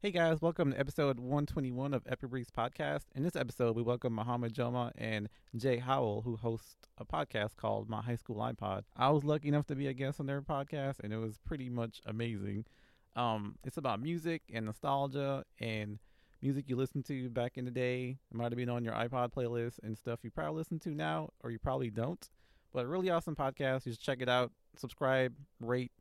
Hey guys, welcome to episode 121 of Epic Breaks Podcast. In this episode, we welcome Muhammad Joma and Jay Howell, who host a podcast called My High School iPod. I was lucky enough to be a guest on their podcast, and it was pretty much amazing. Um, it's about music and nostalgia and music you listened to back in the day. It might have been on your iPod playlist and stuff you probably listen to now, or you probably don't. But really awesome podcast. You should check it out. Subscribe, rate,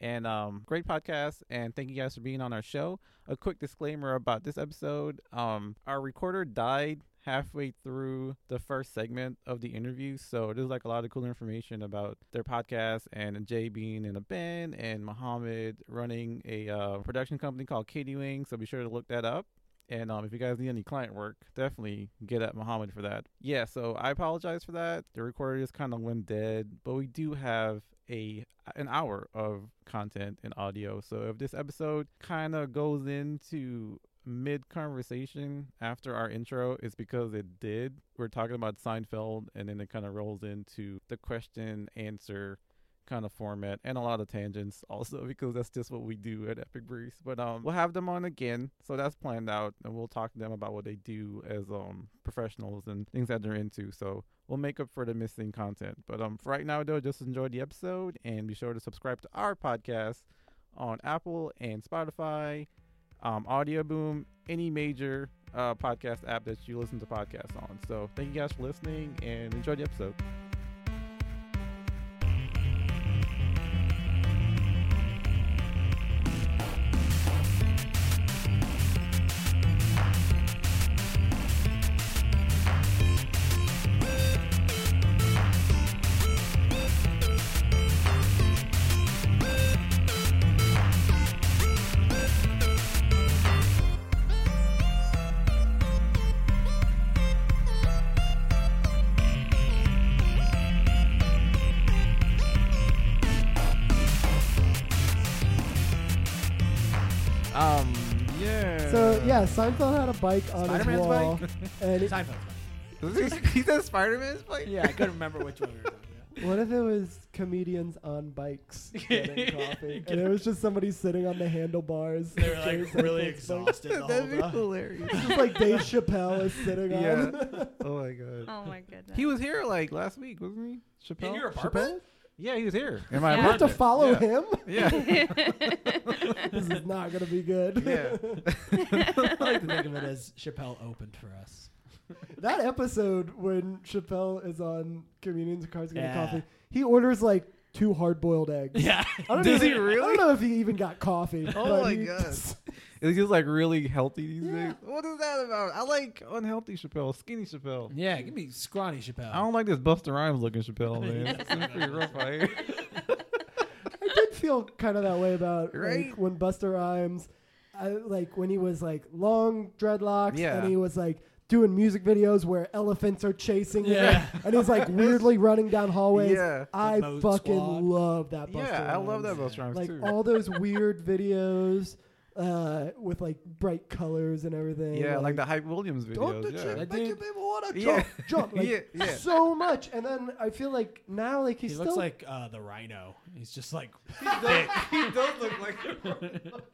and um, great podcast. And thank you guys for being on our show. A quick disclaimer about this episode: um, our recorder died halfway through the first segment of the interview, so there's like a lot of cool information about their podcast and Jay being in a band and Muhammad running a uh, production company called Katie Wing. So be sure to look that up. And um, if you guys need any client work, definitely get at Muhammad for that. Yeah, so I apologize for that. The recorder just kind of went dead, but we do have a an hour of content and audio. So if this episode kind of goes into mid conversation after our intro, it's because it did. We're talking about Seinfeld, and then it kind of rolls into the question answer kind of format and a lot of tangents also because that's just what we do at Epic Breeze. But um we'll have them on again. So that's planned out and we'll talk to them about what they do as um professionals and things that they're into. So we'll make up for the missing content. But um for right now though, just enjoy the episode and be sure to subscribe to our podcast on Apple and Spotify, um, Audio Boom, any major uh, podcast app that you listen to podcasts on. So thank you guys for listening and enjoy the episode. Um, yeah. So yeah, Seinfeld had a bike on Spider-Man's his wall, and it- Seinfeld's Does he, he said Spider Man's bike? bike. Yeah, I couldn't remember which one we were talking about. what if it was comedians on bikes getting coffee, and it was just somebody sitting on the handlebars? They were of Jerry like Seinfeld's really bike? exhausted the whole That'd be time. hilarious. It's just like Dave Chappelle is sitting Yeah. on. oh my god. Oh my goodness. He was here like last week, wasn't he? Chappelle. In your apartment? Yeah, he was here. In my you Yeah. have to Apartment. follow Yeah. him. Yeah. this is not gonna be good. Yeah. I like to think of it as Chappelle opened for us. that episode when Chappelle is on comedians and cars getting Yeah. coffee, he orders like two hard-boiled eggs. Yeah. I don't Does even- he I really? don't know if he even got coffee. Oh but my he- God. It's just like really healthy these Yeah. days. What is that about? I like unhealthy Chappelle, skinny Chappelle. Yeah, give me scrawny Chappelle. I don't like this Buster Rhymes looking Chappelle, man. It's pretty rough out here. I did feel kind of that way about Right? like when Buster Rhymes, I, like when he was like long dreadlocks Yeah. and he was like doing music videos where elephants are chasing Yeah. him and he's like weirdly running down hallways. Yeah. I The Moat fucking Squad. love that. Buster Yeah, I love that Rhymes. Buster Rhymes Like too. all those weird videos uh, with like bright colors and everything. yeah, like the Hype Williams videos. Don't the Yeah. chip That make you dude- people wanna Yeah. jump, jump, like Yeah, yeah. so much. And then I feel like now, like he he's looks still like uh, the rhino. He's just like That- he does look like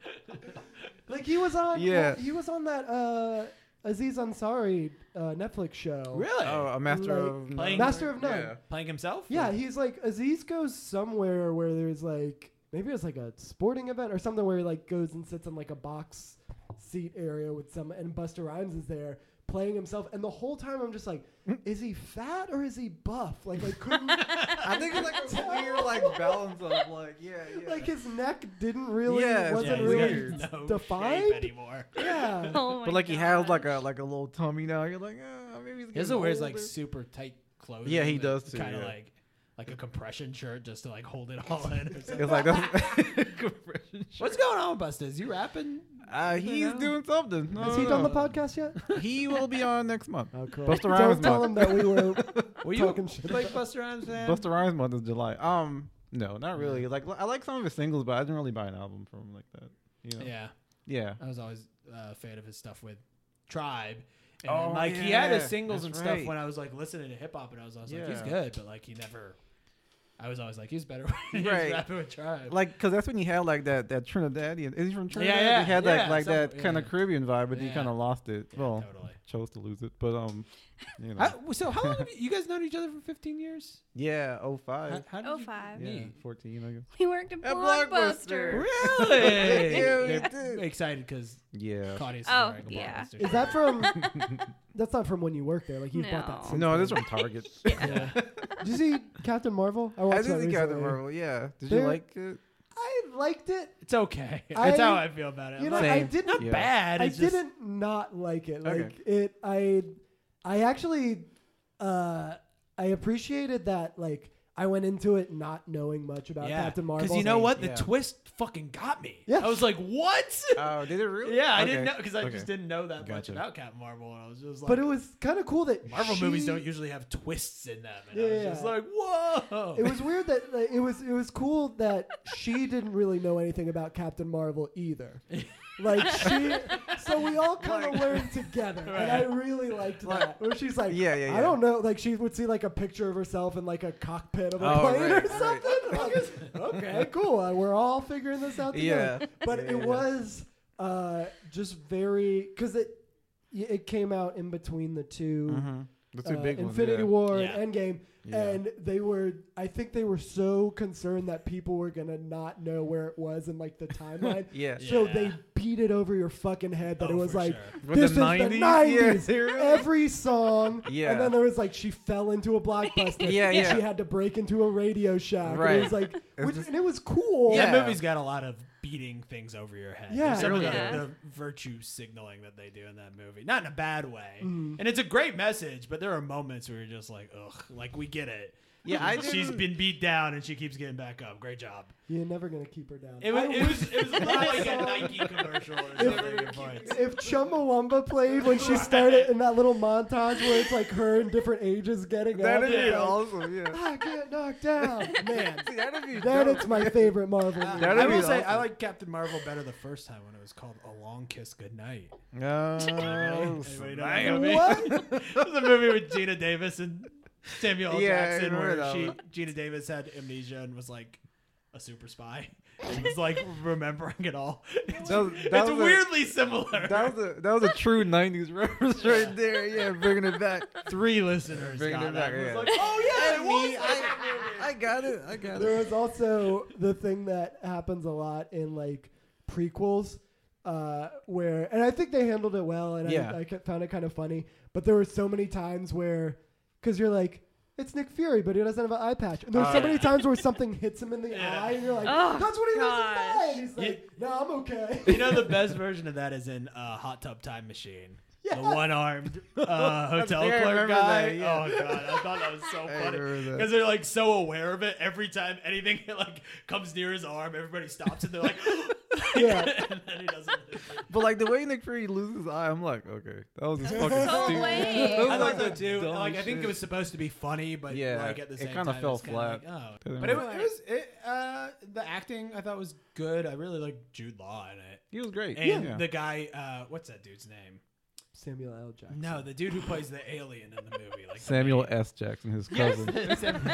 Like he was on. Yeah. He was on that uh, Aziz Ansari uh, Netflix show. really Oh, a master Like, of playing- Master of None. Yeah. playing himself. Yeah, he's like Aziz goes somewhere where there's like maybe it's like a sporting event or something where he like goes and sits on like a box seat area with some and Buster Rhymes is there playing himself and the whole time I'm just like, is he fat or is he buff? Like I couldn't. I think it's like a weird like balance of like yeah yeah. Like oh his neck didn't really Yeah, it's wasn't he's really got no shape defined. anymore. Yeah, Oh my but like he has like gosh. a like a little tummy now. You're like ah maybe he's He getting also wears like older." super tight clothes. Yeah, he does too, Kind of yeah. like like a compression shirt just to like hold it all in. Or something. It's like that's compression What's shirt. going on, Busta? Is you rapping? Uh, he's now? doing something. I has don't he done the know. podcast yet? He will be on next month. Oh, cool. Busta Rhymes Don't tell month. him that we were Were you talking shit. like about- Buster Rhymes fan? Buster Rhymes month is July. Um, no, not really. Like I like some of his singles, but I didn't really buy an album from him like that. You know? Yeah, Yeah. I was always uh, a fan of his stuff with Tribe. And Oh, like he had yeah, his singles that's and right. stuff when I was like listening to hip hop, and I was, I was like, he's Yeah. good, but like he never. I was always like, he's better when he's Right. rapping with Tribe. Like, cause that's when he had like that that Trinidadian. Is he from Trinidad? Uh, yeah, he had yeah, like like some- that yeah, kind of yeah. Caribbean vibe, but he Yeah. kind of lost it. Yeah, well, totally. chose to lose it, but um, you know, I, so how long have you, you guys known each other for 15 years? yeah, oh five, How, how did Oh, you five. yeah, meet? fourteen, I guess. We worked at At Blockbuster. Really? Yeah, we They're did. excited because Yeah. Claudius. is Oh, wearing a yeah. Blockbuster Is shirt. that from? that's not from when you worked there. Like you bought No. that. since No, then. this is from Target. Yeah. Did you see Captain Marvel? I watched I did that see Captain recently. Marvel. Yeah. Did you They're- like it? I liked it. It's okay. I- That's how I feel about it. You I'm know, not I Same. didn't. not Yeah. bad. I it's just- didn't not like it. Okay. Like it, I, I actually, uh, I appreciated that. Like I went into it not knowing much about Captain Marvel. Because you know what? The Yeah. twist fucking got me. Yeah. I was like, what? Oh, did it really? yeah, I didn't Okay. know because I Okay. just didn't know that much Gotcha. about Captain Marvel, and I was just like, But it was kind of cool that Marvel movies she- don't usually have twists in them, and I was just Yeah. like, whoa. It was weird that like, it was it was cool that she didn't really know anything about Captain Marvel either. Like she, so we all kind of learned together, and I really liked that. Where she's like, Yeah, yeah, I yeah. don't know. Like she would see like a picture of herself in like a cockpit of a Oh, plane right, or something. Like, okay, cool. Uh, We're all figuring this out together. Yeah. But Yeah, it yeah. was uh, just very because it it came out in between the 2 Mhm. The two uh, big ones. Infinity yeah. War Yeah. and Endgame, Yeah. and they were. I think they were so concerned that people were gonna not know where it was in like the timeline. Yeah. So Yeah. they beat it over your fucking head that Oh, it was for like sure. With this the is 90s? the Yeah, nineties. seriously? Every song, Yeah. and then there was like she fell into a blockbuster. Yeah, and yeah. She had to break into a radio shack. And Right. it was like, which, just- and it was cool. Yeah. That movie's got a lot of beating things over your head. Yeah, There's some of really the, does. the virtue signaling that they do in that movie, not in a bad way, and it's a great message. But there are moments where you're just like, ugh, like we get it. Yeah, I she's didn't- been beat down and she keeps getting back up. Great job. You're never gonna keep her down. It was, I it was, it was a lot like a saw- Nike commercial or something. at points. if Chumbawamba played when she started in that little montage where it's like her in different ages getting That up, would be you're like, awesome. Yeah. I get knocked down, man. See, that'd be That dope. is my favorite Marvel. Movie. That'd I will be say I awesome. like Captain Marvel better the first time when it was called A Long Kiss Goodnight. Oh, Anybody know that snap. movie? What? it was a movie with Gina Davis and Samuel L. Yeah, I Jackson remember where that she one. Gina Davis had amnesia and was like a super spy. And was like remembering it all. It's, That was- that it's was a- weirdly similar. That was a that was a true '90s reference right there. Yeah, bringing it back. Three listeners. Bringing got it back, that. It was yeah. like, oh yeah, it was. Me, I, I got it. I got There it. was also the thing that happens a lot in like prequels, uh, where and I think they handled it well, and Yeah. I, I ca- found it kind of funny. But there were so many times where, because you're like. It's Nick Fury, but he doesn't have an eye patch. And there's so Oh, many times where something hits him in the Yeah. eye, and you're like, Oh, "That's what he gosh. does." And he's like, "No, I'm okay." You know the best version of that is in uh, Hot Tub Time Machine. The Yes. one-armed uh, hotel think I clerk remember guy. that, yeah. Oh god, I thought that was so I funny remember that. because they're like so aware of it. Every time anything like comes near his arm, everybody stops and they're like, Yeah. and then he doesn't. But like the way Nick Fury loses his eye, I'm like, okay, that was just fucking so stupid. lame. That was I like the that too. dumbest Like I think shit. it was supposed to be funny, but Yeah, like at the it same kinda time, fell it's kinda flat. Like, oh. Didn't But it, work. was- it was it, uh, the acting. I thought was good. I really liked Jude Law in it, He was great. and yeah. the guy. Uh, what's that dude's name? Samuel L. Jackson. No, the dude who plays the alien in the movie, like the Samuel main- S. Jackson, his Yes, cousin. Samuel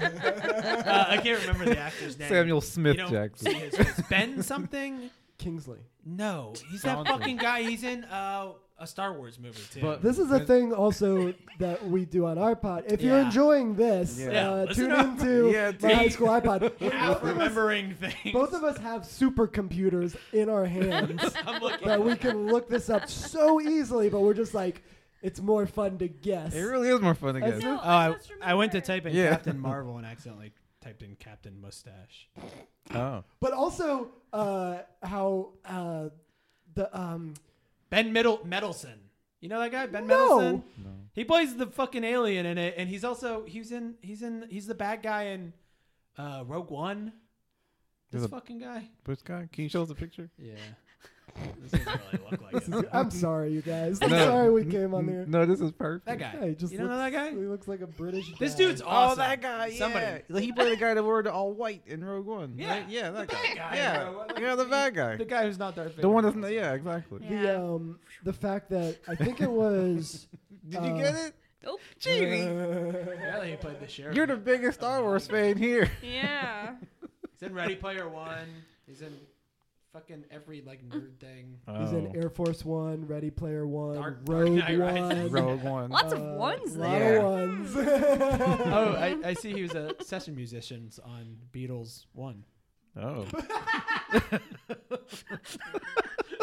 S. uh, I can't remember the actor's name. Samuel You Smith don't see Jackson. his face. Ben something? Kingsley. No, he's that Johnson. fucking guy. He's in uh, a Star Wars movie too. But- This is a Right. thing also that we do on our pod. If you're Yeah. enjoying this, Yeah. Yeah, uh, listen tune up. into Yeah, my high dude. school iPod. Now both, of us, remembering things. both of us have supercomputers in our hands I'm looking. that we can look this up so easily, but we're just like, it's more fun to guess. It really is more fun to That's get. so- No, Oh, I, just I went to remembered. type in Yeah. Captain Marvel and accidentally typed in Captain Mustache. Oh, But also, uh, how uh, the um, Ben Middle Medelson. You know that guy, Ben No. Mendelsohn. No. He plays the fucking alien in it, and he's also he's in he's in he's the bad guy in uh, Rogue One. This There's a- fucking guy. which guy? Can you show us a picture? Yeah. this doesn't really look like it. I'm sorry, you guys. I'm No. sorry we came on N- here. No, this is perfect. That guy. Hey, just you don't know that looks- guy? He looks like a British. This guy. dude's awesome. Oh, that guy. Yeah. Somebody. Like, He played the guy that wore the all white in Rogue One. Yeah, right? Yeah, the that bad guy in Yeah. Rogue One, like, yeah, the bad guy. The guy who's not Darth Vader. The one that's not. Yeah, exactly. Yeah. the um the fact that I think it was Did you get it? Oh, Jeez. Yeah, he played the sheriff. You're the biggest Star Wars fan here. yeah. He's in Ready Player One. He's in fucking every like nerd thing. He's Oh. in Air Force One, Ready Player One, Dark- Dark Rogue Knight Rises. One. Rogue One. Lots of ones Uh, lot of there. ones. Oh, I, I see he was a session musician on Beatles One. Oh.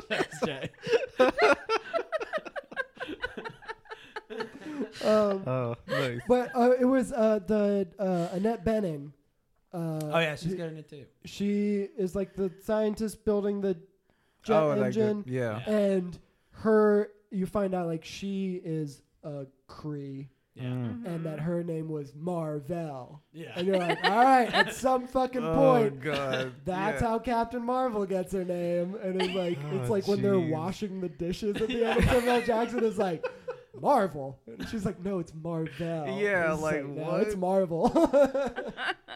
Thanks, Jay. um, Oh, nice. but uh, it was uh, the uh, Annette Benning. Uh, Oh yeah, she's who- good in it too. She is like the scientist building the jet oh, like the- engine, yeah. Yeah. and her. You find out like she is a Cree, Yeah, Mm. and that her name was Marvell. yeah. And you're like, all right, at some fucking Oh, point, God. That's yeah. how Captain Marvel gets her name, and it's like it's Oh, like when they're jeez. washing the dishes at the end of Samuel Jackson is like Marvel, and she's like, no, it's Marvel. Yeah, It's like, no, what? it's Marvel.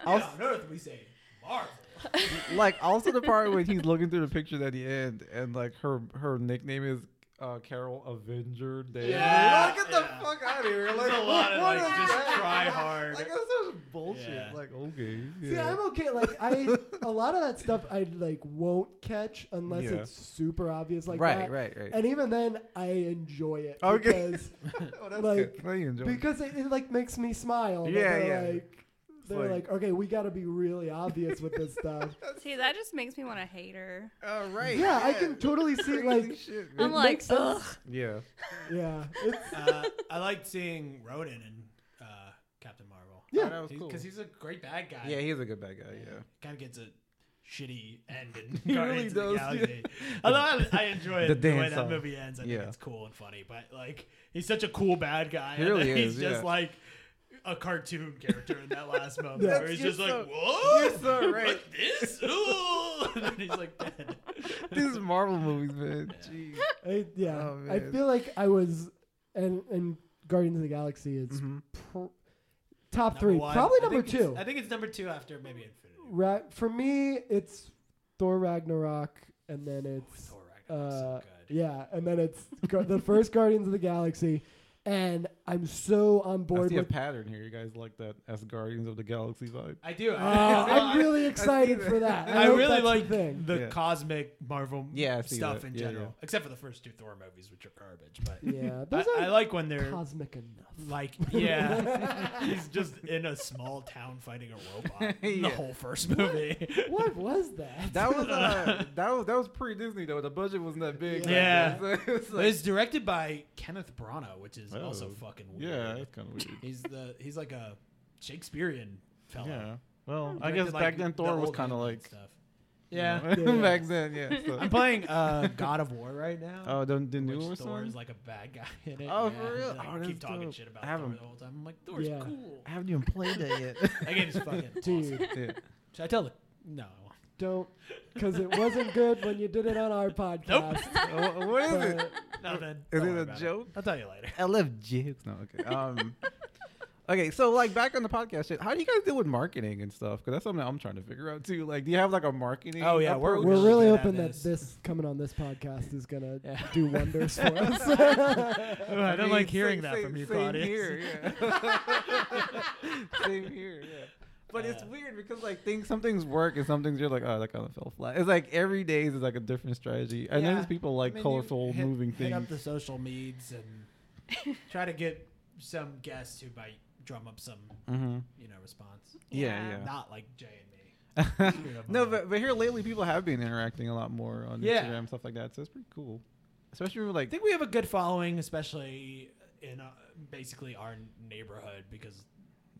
Also- on Earth we say Marvel. like also the part when he's looking through the pictures at the end and like her her nickname is uh, Carol Avenger Day. Yeah, like, get the yeah. fuck out of here! Like, There's a lot of what like is just that? try hard. Like that's such bullshit. Yeah. Like okay, See, yeah. I'm okay. Like I, a lot of that stuff I like won't catch unless Yeah. it's super obvious, like that. right, right. And even then, I enjoy it Okay. because oh, that's like, good. No, you enjoy. it. because it, it like makes me smile. that Yeah, they're yeah. Like, they're like- like, okay, we got to be really obvious with this stuff. See, that just makes me want to hate her. All right. Yeah, I can totally see Crazy like shit, I'm man. It like, makes sense. ugh. yeah. yeah, it's uh, I liked seeing Ronan in uh, Captain Marvel. Yeah. Oh, that was cool. because he's a great bad guy. yeah, he's a good bad guy. Yeah. kind of gets a shitty end in He Guardians really of the does, Galaxy. Although I, I enjoy The it, the, way dance that song. movie ends. I Yeah. think it's cool and funny, but like he's such a cool bad guy. He and really then is, He's just yeah. like a cartoon character in that last moment That's- where he's you're just so- like, "Whoa, you're so right." What this? Ooh!" And then he's like, dead. These Marvel movies, man. Jeez. I, yeah. Oh, I man. feel like I was, and and Guardians of the Galaxy is Mm-hmm. pr- top Number three, one. probably I number think it's- two. I think it's number two after maybe Infinity. War. Ra- for me, it's Thor Ragnarok, and then it's Thor Ragnarok's uh, so good. yeah, and then it's Gu- the first Guardians of the Galaxy, and I'm so on I board see a with. pattern here. You guys like that as Guardians of the Galaxy vibe? I do. Oh, I, I'm really excited for that. I, I hope really that's like the the, thing. Yeah. cosmic Marvel Yeah, I see stuff that. in Yeah, general, yeah. except for the first two Thor movies, which are garbage. But yeah, those I, I are like when they're cosmic enough. like, yeah, he's just in a small town fighting a robot. in The Yeah. whole first movie. What was that? That was uh, that was that was pre Disney though. The budget wasn't that big. back Yeah. then, so it's like- it's directed by Kenneth Branagh, which is also Oh, fucking weird. yeah, that's kind of weird. he's the he's like a Shakespearean fellow. Yeah. Well, He I directed, guess like, back then the Thor was old kind of Ant-Man like stuff. Yeah. you know, Yeah. back then, yeah. so- I'm playing uh, God of War right now. oh, the, the which newer Thor one. is like a bad guy in it. Oh, yeah. for real? Like, Oh, I that's keep talking dope. shit I about Thor haven't- the whole time. I'm like, Thor's Yeah. cool. I haven't even played that yet. That game's fucking Dude. awesome. Yeah. Should I tell it? No, I won't. Don't, because it wasn't good when you did it on our podcast. Uh, wh- what is it? But Nothing. Is it Don't worry a about joke? I'll tell you later. I love jokes. No, okay. Um, okay, so like back on the podcast shit, how do you guys deal with marketing and stuff? Because that's something I'm trying to figure out too. Like, do you have like a marketing? Oh, yeah, we're- approach? we're We're really good at hoping that this. this coming on this podcast is gonna Yeah. do wonders for us. Oh, I don't mean, same- like hearing that same- from you, same Claudius. Here, yeah. same here, yeah. But it's Uh, weird because like things, some things work and some things you're like, oh, that kind of fell flat. It's like every day is like a different strategy. I Yeah. notice people like I mean, you colorful, hit- moving Hit up things. the social meds and try to get some guests who might drum up some, hmm you know, response. Yeah, yeah. Not like Jay and me. Screwed up no, my- but, but here lately, people have been interacting a lot more on Yeah. Instagram stuff like that. So it's pretty cool, especially with, I like think we have a good following, especially in uh, basically our neighborhood, because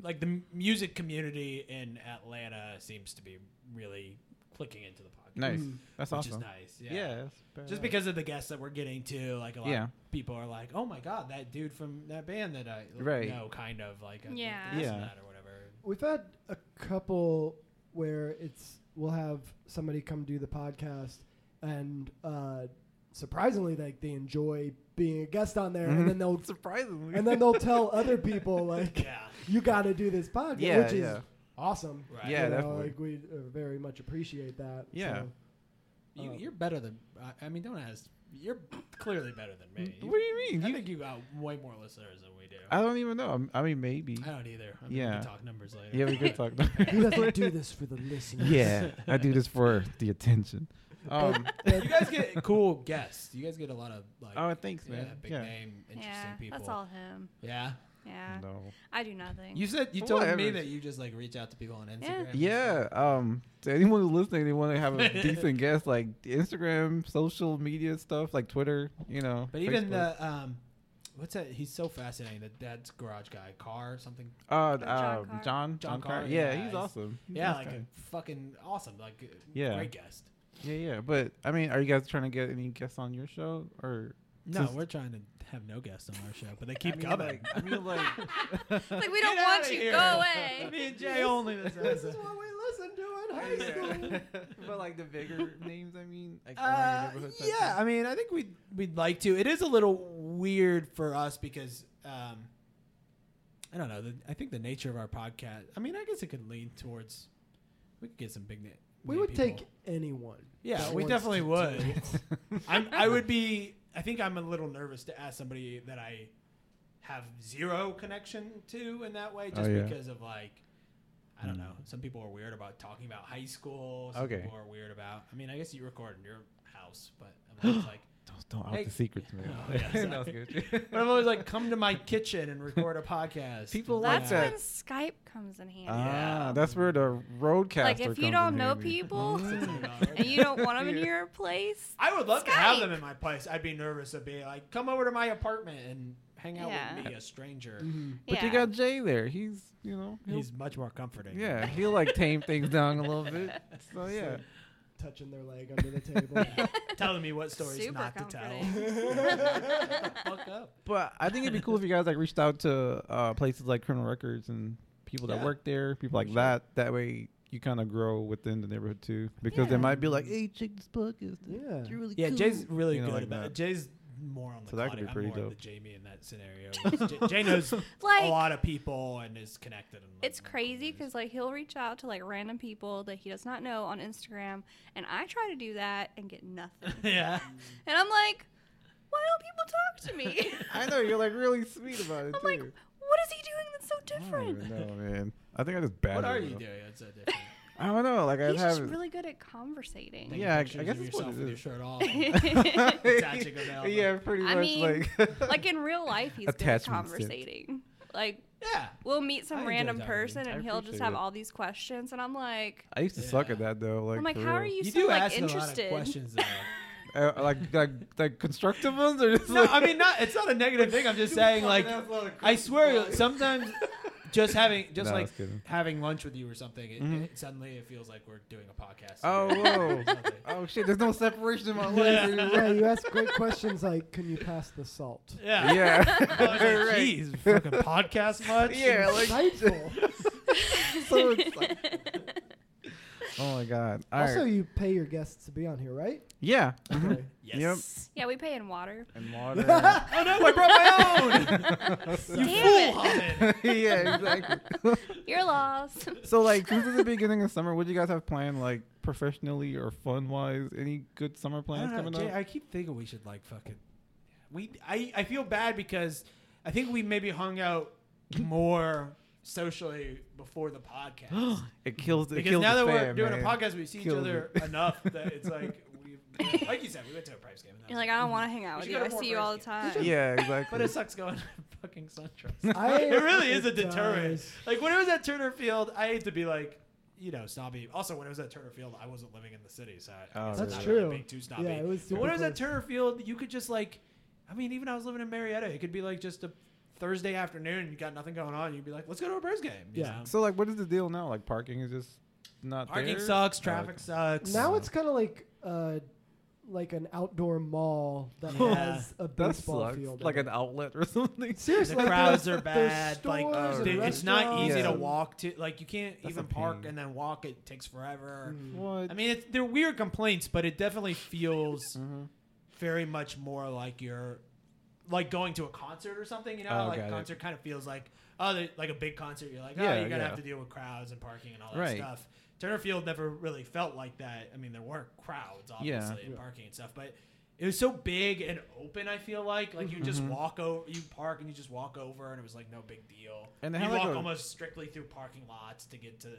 like the m- music community in Atlanta seems to be really clicking into the podcast. nice. Mm. That's which awesome. is nice. Yeah. Yeah, that's Just badass. because of the guests that we're getting to, like a lot Yeah. of people are like, "Oh my god, that dude from that band that I l- Right. know," kind of like, I Yeah. think this and Yeah. that or whatever. We've had a couple where it's we'll have somebody come do the podcast, and uh, surprisingly, like they enjoy being a guest on there, Mhm. and then they'll surprisingly, and then they'll tell other people like Yeah, you got to do this podcast, yeah, which is yeah, awesome. right. Yeah. you know, definitely. like we uh, very much appreciate that. Yeah. so. Um, You, Uh, you're better than I, I mean. Don't ask. You're clearly better than me. What do you mean? I You- think you got way more listeners than we do. I don't even know. I'm- I mean, maybe. I don't either. I mean, We Yeah. can talk numbers later. Yeah, we could talk about. He doesn't do this for the listeners. yeah, I do this for the attention. Um, you guys get cool guests. You guys get a lot of like. oh, thanks, yeah, man. big name, interesting yeah, people. that's all him. Yeah. Mm. Yeah, No. I do nothing. You said you told me Whatever. that you just like reach out to people on Instagram. Yeah. and Yeah. Um. To anyone who's listening, they want to have a decent guest, like Instagram, social media stuff, like Twitter. You know. But even Facebook. the um, what's that? He's so fascinating. That dad's garage guy, car something. uh, John uh, Carr. John John Carr. Yeah, he's awesome. He's Yeah, nice like guy. a fucking awesome, like a Yeah. great guest. yeah, yeah. But I mean, are you guys trying to get any guests on your show or? No, Just- we're trying to have no guests on our show, but they keep I mean, coming. Like, I mean, like. It's like we don't want you. Go away. Me and Jay only. This This is what we listen to in high school. but like the bigger names, I mean, like around Uh, your neighborhood type yeah, thing. I mean, I think we'd we'd like to. It is a little weird for us because um, I don't know. The, I think the nature of our podcast. I mean, I guess it could lean towards we could get some big name. We name would people. take anyone. Yeah, that we wants definitely to do would. it. I'm, I would be. I think I'm a little nervous to ask somebody that I have zero connection to in that way, Oh, just yeah. Hmm. because of like, I don't know. Some people are weird about talking about high school. Some Okay. people are weird about. I mean, I guess you record in your house, but I'm always like, Don't, don't out Hey- the secrets, man. Oh, yeah, No, sorry. it's good. but I'm always like, come to my kitchen and record a podcast. People like That's that. when Skype comes in handy. Ah, that's where the roadcaster. like if comes you in don't know handy. people $60. and you don't want them Yeah. in your place, I would love to have Skype. them in my place. I'd be nervous of being like, come over to my apartment and hang out Yeah. with me, a stranger. Mm-hmm. But yeah. you got Jay there. He's, you know, he'll, He's much more comforting. yeah, he'll like tame things down a little bit. So It's yeah, like touching their leg under the table. telling me what stories Super not to tell. comforting. Fuck up. but I think it'd be cool if you guys like reached out to uh, places like criminal records and people that Yeah. work there, people like Sure. that. That way you kind of grow within the neighborhood too, because they Yeah. might be like, hey, check this podcast. Yeah. It's really Yeah, cool. Jay's really You know, good like about that. it. Jay's more on the So that could clout. be pretty I'm more of dope. the Jamie in that scenario. Jay, Jay knows a like lot of people and is connected. In like it's local crazy communities. because like he'll reach out to like random people that he does not know on Instagram, and I try to do that and get nothing. yeah, And I'm like, why don't people talk to me? I know you're like really sweet about it I'm too. like, what is he doing that's so I don't different? even know, man. I think I just bad. what are you doing? That's so different. I don't know. Like I He's have. just really good at conversating. Yeah, I- I Pictures guess of that's what yourself it with your is. shirt off. Attaching them out, like- yeah, pretty I much. mean, like, like in real life, he's good at Attachment sent. conversating. Like yeah, we'll meet I some enjoy random that person, already. and I he'll just appreciate have it. all these questions, and I'm like, I used to suck Yeah. at that though. Like, I'm like, for how are real. you, you so do like ask a lot interested? of questions. Though. Uh, like, like, like constructive ones, or just no, like, I mean, not. It's not a negative thing. I'm just saying, like, I swear, sometimes just having, just No, I like was kidding. having lunch with you or something, it, Mhm. it- suddenly it feels like we're doing a podcast. Oh, together or whoa. something. oh shit, there's no separation in my Yeah. life. yeah, you ask great questions like, "Can you pass the salt?" yeah. yeah, I was like, Right. Jeez, fucking podcast much? Yeah, like- Insightful. so it's like, oh my god. All right. also, you pay your guests to be on here, right? yeah. Mm-hmm. Mm-hmm. Okay. Yes. Yeah, we pay in water. And water. Oh no, I brought my own. Damn you it. fool, Hobbit. Uh, yeah, exactly. You're lost. so like, since it's the beginning of summer, what do you guys have planned, like professionally or fun wise? Any good summer I plans don't know, coming Uh, Jay, up? I keep thinking we should like fucking. We I I feel bad because I think we maybe hung out more socially before the podcast. it kills. It because kills now the that we're fan, doing man. a podcast, we see each Kills other it. enough that it's like we like you said, we went to a Price game. and that You're was like, I don't want to hang out We with should you. go I to more see you all the Fridays. time. Yeah, exactly. But it sucks going to fucking SunTrust. I- it really is a it deterrent. does. Like when it was at Turner Field, I hate to be like, you know, snobby. Also, when it was at Turner Field, I wasn't living in the city, so I, I Oh, guess That's I'm not really true. being too snobby. Yeah, it was but super when it was at close. Turner Field, you could just like, I mean, even I was living in Marietta, it could be like just a Thursday afternoon, you got nothing going on, you'd be like, let's go to a Braves game. you Yeah. know? So like, what is the deal now? Like parking is just not Parking there? sucks, Uh, traffic sucks. Now it's kind of like uh, like an outdoor mall that Yeah. has a that baseball sucks. field. in Like it. an outlet or something. Seriously, the like, crowds there's- are there's bad. Like stores and they- it's not restaurants easy to Yeah. and- walk to. Like you can't That's even a park pain. and then walk. It takes forever. Mm. What? I mean, it's, they're weird complaints, but it definitely feels Mhm. very much more like you're like going to a concert or something. You know, Oh, like got it. concert kind of feels like oh, they- like a big concert. You're like, oh, Yeah, you're gonna yeah. have to deal with crowds and parking and all that Right. stuff. Turner Field never really felt like that. I mean, there weren't crowds, Yeah. obviously, and Yeah. parking and stuff, but It was so big and open. I feel like like you Mm-hmm. just walk over, you park and you just walk over, and it was like no big deal. And And they you had, like, walk a- almost strictly through parking lots to get to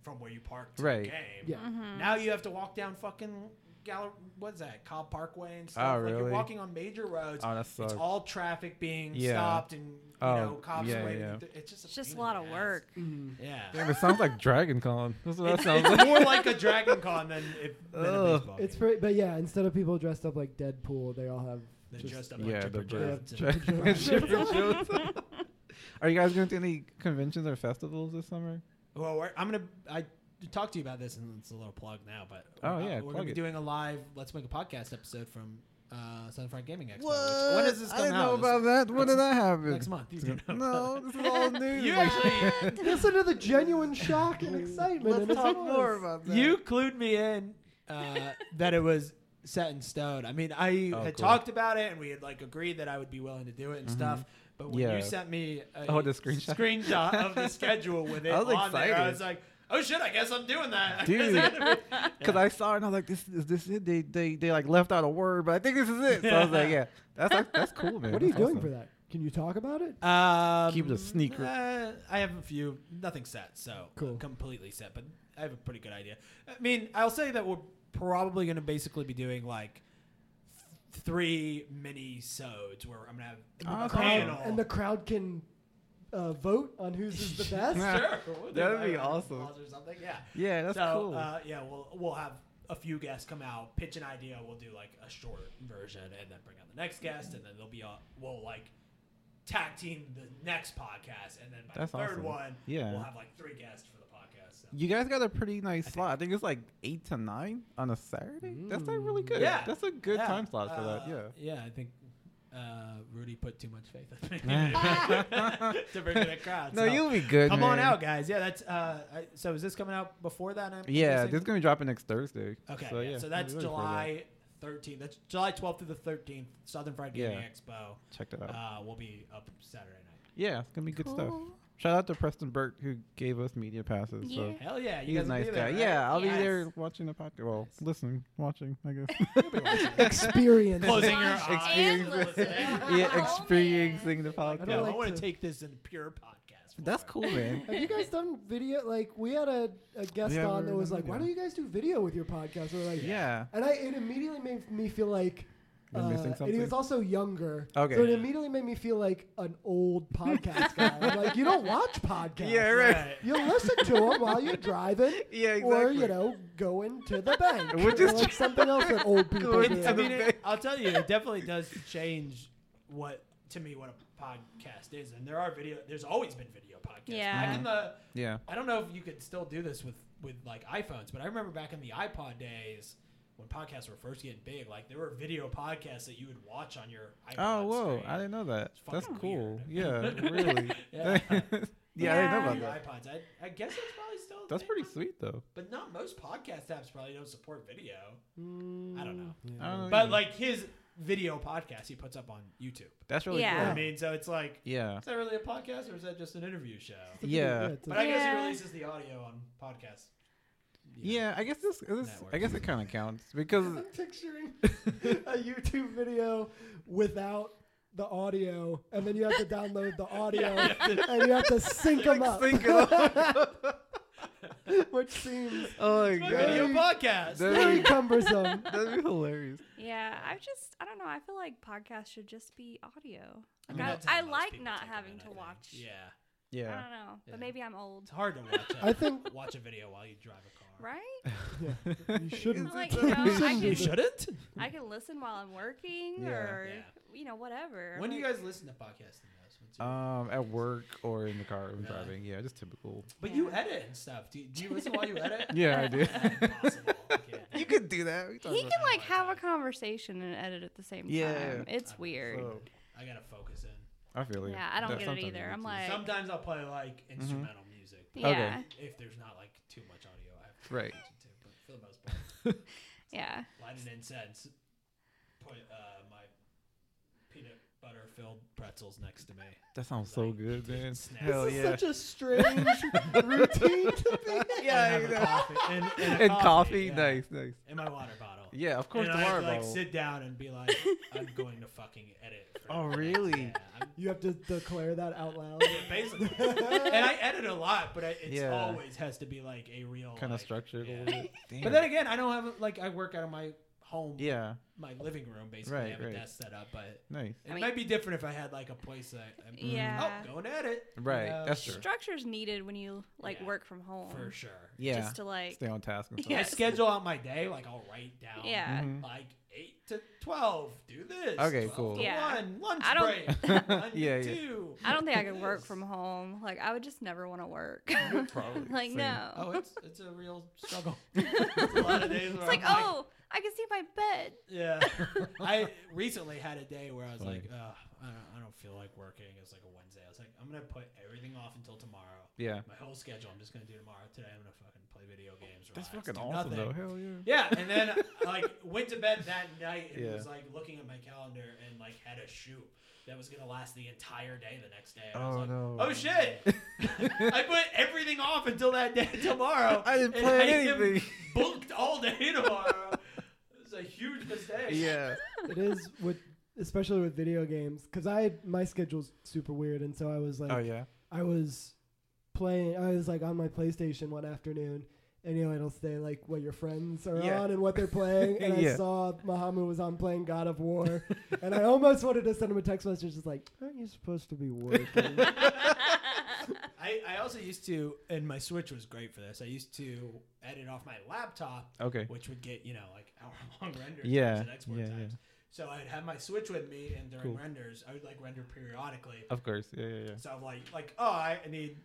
from where you parked to Right. the game. Yeah. Hmm. Now you have to walk down fucking Gall- what's that Cobb Parkway and stuff. Oh, Like you're really? walking on major roads. Oh, that it's sucks. all traffic being Yeah. stopped and you Oh, know cops yeah, waiting. yeah. It's just a, It's just pain a in lot the of ass. work. Yeah. Damn, it sounds like Dragon Con. That's what that sounds It's like. Oh, more like a Dragon Con than, if, than a Ugh. baseball It's game. pretty, but yeah, instead of people dressed up like Deadpool, they all have They're just- dressed up Yeah, like the Chipper bird. Jones. Chipper Dragon Jones. Are you guys going to any conventions or festivals this summer? Well, we're, I'm gonna I talked to you about this, and it's a little plug now, but Oh, we're, yeah, we're plug gonna be it. doing a live Let's Make a Podcast episode from uh, Southern Fried Gaming Expo. which- What? when does this I come didn't out? know This- about that. When did that happen? Next month. You didn't know No, about it. this is all new. You Like, actually Listen to the genuine shock and excitement. in Let's his talk voice. more about that. you clued me in uh, that it was set in stone. I mean, I Oh, had cool. Mm-hmm. talked about it, and we had like agreed that I would be willing to do it and stuff. But when Yeah. you sent me a Oh, the screenshot. screenshot of the schedule with it I was on there, I excited. was like, "Oh shit! I guess I'm doing that." I Dude. guess- Because I saw it and I was like, this is this it? They, they they like left out a word, but I think this is it. So I was like, yeah, that's like, that's cool, man. What are you That's doing awesome. for that? Can you talk about it? Um, Keep it a sneaker. Uh, I have a few, nothing set, so uh, Cool. completely set, but I have a pretty good idea. I mean, I'll say that we're probably going to basically be doing like th- three mini sodes where I'm going to Oh, have a cool. panel. And the crowd can uh, vote on whose is the best. sure, That would Like, be uh, awesome. Or something, yeah. Yeah, that's so, cool. Uh, yeah, we'll we'll have a few guests come out, pitch an idea. We'll do like a short version, and then bring on the next guest, and then there'll be a we'll like tag team the next podcast, and then by That's the third awesome. one, Yeah. we'll have like three guests for the podcast. So. you guys got a pretty nice slot. I think it's like eight to nine on a Saturday. That's like really good. Yeah. that's a good Yeah, time slot for uh, that. Yeah. yeah, I think. Uh, Rudy put too much faith in me to bring in a crowd. No, so. you'll be good. come on man. out, guys. Yeah, that's. Uh, I, so is this coming out before that? I'm Yeah, guessing? this is gonna be dropping next Thursday. Okay, so, yeah. so that's we'll be ready for that. July 13th. That's July 12th through the 13th, Southern Fried Gaming Yeah. Oh. Expo. Check that out. Uh, will be up Saturday night. yeah, it's gonna be good stuff. Cool. Shout out to Preston Burt who gave us media passes. So. Yeah. Hell yeah, He's you a guys will nice be guy. there, right? Yeah, I'll be Yes. there watching the podcast. Well, Nice. listening, watching, I guess. Experience. Closing your Watch eyes. and Experience. listen. yeah, Oh, man. experiencing the Like, podcast. don't no, I like want to- to take this in pure podcast. form. That's cool, man. Have you guys done video? Like, we had a, a guest We have on a that was like, video. why do you guys do video with your podcast? We're like, yeah. And I, it immediately made me feel like. uh, We're missing and he something? was also younger. Okay. So it immediately made me feel like an old podcast guy. I'm like, you don't watch podcasts. Yeah, right. Right. You listen to them while you're driving. Yeah, Or, you exactly. know, going to the bank. Which or is like true. something else that old people Going do. to I the mean, bank. it, I'll tell you, it definitely does change what to me what a podcast is, and there are video. There's always been video podcasts. Yeah. Back in the Yeah. I don't know if you could still do this with with like iPhones, but I remember back in the iPod days when podcasts were first getting big, like there were video podcasts that you would watch on your iPod. Oh, whoa. screen. I didn't know that. It's That's fucking cool. weird. Yeah, really. Yeah. yeah, I Yeah. didn't know Your about that. iPods. I, I guess that's probably still. a That's thing. pretty sweet, though. But not most podcast apps probably don't support video. Mm. I don't know. I don't know But either. like his video podcast he puts up on YouTube. that's really Yeah. You know what I cool. mean, so it's like, Yeah. is that really a podcast or is that just an interview show? Yeah. it's But I guess he Yeah. releases the audio on podcasts. Yeah, I guess this, this I Network. guess it kind of counts because I'm picturing a YouTube video without the audio, and then you have to download the audio, and you have to sync them up, think of which seems oh my My god, video that'd podcast. That'd very cumbersome. be hilarious. Yeah, I just I don't know. I feel like podcasts should just be audio. I Like, mean, I, that's how I, most like people not take it having in, I to think. watch. Yeah, I Yeah, don't know, Yeah. but maybe I'm old, it's hard to watch. A, I think- watch a video while you drive a car. right? You shouldn't. Like, you know, I You can, shouldn't. I can listen while I'm working Yeah. or Yeah. you know whatever. When do you Like, guys listen to podcasts? and those? What's your- Uh, um, at work or in the car when Yeah. driving. Yeah, just typical. but you edit and stuff. Do, do you listen while you edit? Yeah, I do. Impossible. I can't. you could do that. What are you talking he about? can like have a conversation and edit at the same Yeah. time. It's I- weird. So, I gotta focus in. I feel you. Yeah, I don't That- get it sometimes either. do I'm too. like- Mm-hmm. Sometimes I'll play like instrumental music yeah, Okay. if there's not like too much audio. I have to Right. listen to, but for the most part, yeah. light an incense, put uh, my peanut butter filled pretzels next to me. That sounds so Like, good, man. snaps. Hell this is Oh, yeah. such a strange routine to be. yeah, and have a coffee- and, and a And coffee, yeah. nice, nice. And my water bottle. Yeah, of course and the I have water to, like bottle. sit down and be like, I'm going to fucking edit. for Oh, the next- really? Yeah, I'm- You have to declare that out loud. basically. and I edit a lot, but I, it's Yeah. always has to be like a real Kind of like- structured yeah. a little bit. But then again, I don't have like I work out of my home, yeah, my living room basically. Right, I have right. a desk set up, but nice. it I mean- might be different if I had like a place that I'm Yeah. oh, going at it. Right, that's true. Structure's needed when you like Yeah. work from home. For sure. Yeah, Just to like stay on task and stuff. I Yes. schedule out my day, like I'll write down Yeah. Mhm. like eight to twelve, do this. Okay, 12 cool. To Yeah. One lunch I don't- break. one to Yeah, yeah. Two. I don't think I do could work this. from home. Like I would just never want to work. Probably. like Same. no. Oh, it's it's a real struggle. it's a lot of days where it's like, I'm oh, I can see my bed. Yeah. I recently had a day where I was Funny. like, Ugh, I, don't, I don't feel like working. It was like a Wednesday. I was like, I'm going to put everything off until tomorrow. Yeah, My whole schedule, I'm just going to do tomorrow. Today, I'm going to fucking play video games. that's relax, fucking do awesome nothing." though. Hell yeah. Yeah. And then, like, went to bed that night and Yeah. was like looking at my calendar and, like, had a shoot that was going to last the entire day the next day. And I Oh, was like, no. Oh, shit. I put everything off until that day tomorrow. I didn't and plan am anything. booked all day tomorrow. It was a huge mistake. Yeah, it is with, especially with video games, because I my schedule's super weird, and so I was like, oh yeah. I was playing. I was like on my PlayStation one afternoon, and you know it'll say like what your friends are Yeah. on and what they're playing. And Yeah. I saw Muhammad was on playing God of War, and I almost wanted to send him a text message just like, "Aren't you supposed to be working?" I, I also used to, and my Switch was great for this. I used to edit off my laptop, Okay. which would get you know like hour long renders Yeah, and export yeah, times. So I'd have my Switch with me, and during Cool. renders, I would like render periodically. Of course. Yeah, yeah, yeah. So I'm like, like oh, I need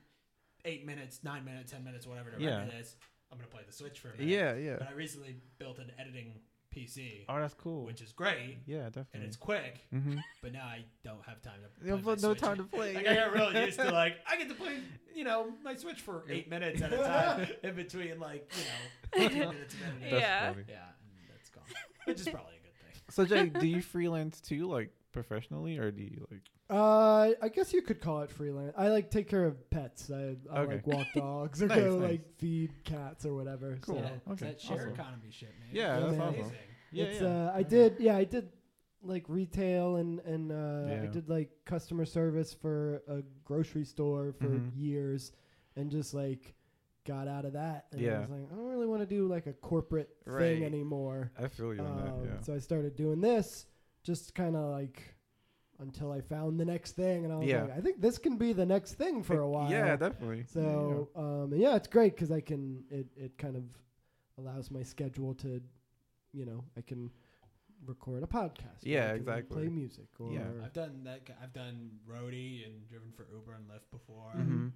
eight minutes, nine minutes, ten minutes, whatever to Yeah. render this. I'm gonna play the Switch for a minute. Yeah, yeah. But I recently built an editing PC, Oh, that's cool. which is great yeah, and definitely. it's quick. Mm-hmm. But now I don't have time to. You have play my no Switch time to any- play. Like I got really used to like I get to play, you know, my Switch for eight minutes at a time in between like you know, 15 minutes of editing. That's Yeah. funny. yeah, and that's gone, which is probably a good thing. So, Jay, do you freelance too, like professionally, or do you like? uh, I guess you could call it freelance. I like take care of pets. I, I Okay. like walk dogs or Nice, go nice. like feed cats or whatever. Cool. So. Yeah, Okay, That share awesome. economy shit, man. Yeah, that's It's awesome. amazing. Yeah, it's yeah. uh I Okay. did yeah, I did like retail and and uh I Yeah. did like customer service for a grocery store for Mhm. years and just like got out of that and Yeah. I was like I don't really want to do like a corporate Right. thing anymore. I feel you on Um, that. Yeah. So I started doing this just kind of like until I found the next thing and I was Yeah. like I think this can be the next thing for a while. Yeah, definitely. So um, and yeah, it's great because I can it it kind of allows my schedule to, you know, I can record a podcast. or I Yeah, can exactly. Play music or Yeah. I've done that. ki- I've done roadie and driven for Uber and Lyft before. hmm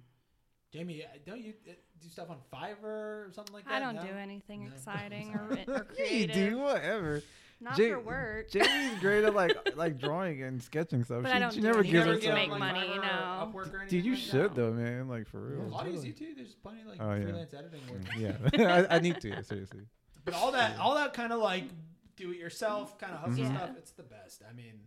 Jamie, uh, don't you uh, do stuff on Fiverr or something like that? I don't No? do anything No. exciting or, or Yeah, you creative. do whatever. Not Ja- for work. Jamie's great at like like drawing and sketching stuff. But she I don't she do never anything gives to herself. make any- money, you know. Dude, you should though. though, man. Like for real. Yeah, A lot of Totally. these you too. There's plenty like Oh, yeah. freelance editing work. Yeah, I, I need to seriously. But all that, all that kind of like do it yourself kind of hustle Mhm. stuff. It's the best. I mean,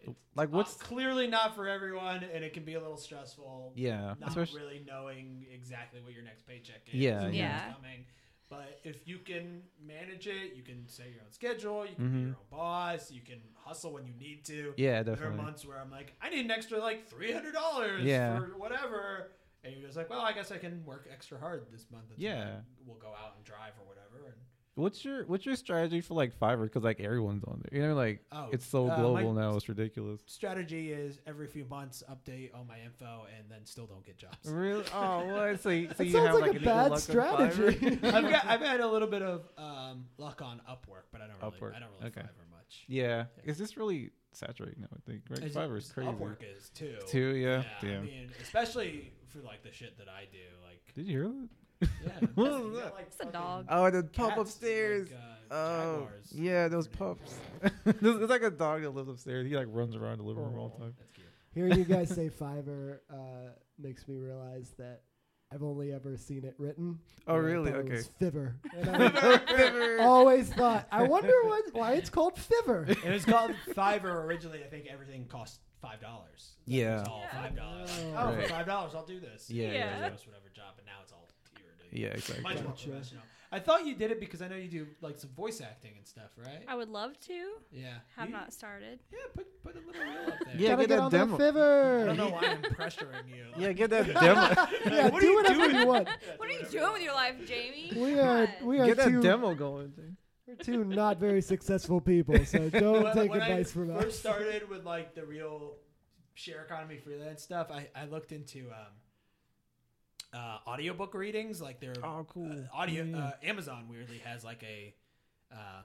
it's Like what's uh, clearly not for everyone, and it can be a little stressful. yeah, not especially really knowing exactly what your next paycheck is. Yeah, and what's yeah. Coming. But if you can manage it, you can set your own schedule. You can be Mhm. your own boss. You can hustle when you need to. yeah, There are definitely. months where I'm like, I need an extra like three hundred dollars Yeah. for whatever, and you're just like, well, I guess I can work extra hard this month. It's Yeah. like, we'll go out and drive or whatever. And What's your what's your strategy for like Fiverr? Because like everyone's on there, you know, like Oh, it's so uh, global my- now, it's ridiculous. strategy is every few months update all my info, and then still don't get jobs. Really? Oh, what? So, you- so That you sounds have like like, a illegal bad luck on strategy. Fiverr? I've got, I've had a little bit of um, luck on Upwork, but I don't really, Upwork, I don't really okay. Fiverr much. yeah, is this really saturating now? I think right. It's- Fiverr is crazy. Upwork is too. Too, yeah. Yeah, I Damn. mean, especially for like the shit that I do, like Did you hear that? yeah, What you was got, that? like, It's a fucking dog. Oh, the pup cats, upstairs. like, uh, oh, jaguars. yeah, those Pretty much. pups. There's there's like a dog that lives upstairs. He like runs around the living room all the time. That's cute. Hearing you guys say Fiverr uh, makes me realize that I've only ever seen it written. Oh, and I really? thought it Okay. was Fiver. And I always thought. I wonder what, why it's called Fiver. It was called Fiverr originally. I think everything cost five dollars. Yeah. all five dollars. Oh. Oh, for Right. five dollars, I'll do this. Yeah, Yeah. yeah, yeah. Just whatever job, but now it's all tiered. Yeah, exactly. Much more Gotcha. professional. I thought you did it because I know you do like some voice acting and stuff, right? I would love to. yeah. Have You- not started. Yeah, put put a little reel up there. Yeah, Gotta get get that on that demo. I don't Fiver. know why I'm pressuring you. Yeah, get that demo. yeah, What are do you whatever doing? you want. What are you doing with your life, Jamie? We are we are get that two, demo going. we're two not very successful people, so don't When- take when advice I from first us. started with like the real share economy freelance stuff, I, I looked into um, uh, audiobook readings. Like their Oh, cool. uh, audio Yeah. uh, Amazon weirdly has like a uh,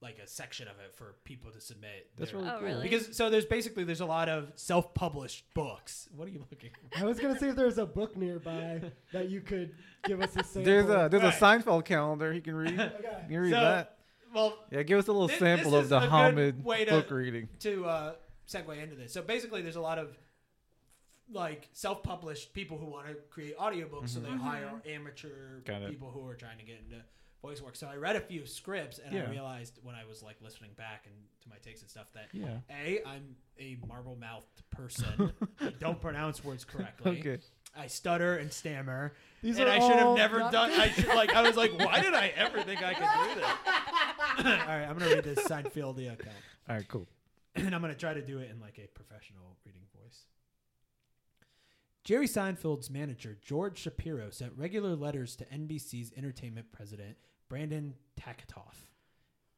like a section of it for people to submit. That's their- really Oh, cool. really? because so there's basically there's a lot of self published books. What are you looking? for? I was gonna see if there's a book nearby that you could give us a sample. There's a there's Right. a Seinfeld calendar he can read. You Okay. can read So- that. Well, Yeah, give us a little Thi- sample this of is the a good Hamid way to- book reading. to uh, segue into this. So basically, there's a lot of like self-published people who want to create audiobooks, so they hire amateur Got it. people who are trying to get into voice work. So I read a few scripts, and Yeah. I realized when I was like listening back and to my takes and stuff that Yeah. a I'm a marble mouthed person. I don't pronounce words correctly. Okay. I stutter and stammer, These and are I should have all never not done. good. I should like I was like, why did I ever think I could do that? All right, I'm gonna read this Seinfeldia account All right, cool. and I'm going to try to do it in like a professional reading voice. Jerry Seinfeld's manager, George Shapiro, sent regular letters to NBC's entertainment president, Brandon Takatoff,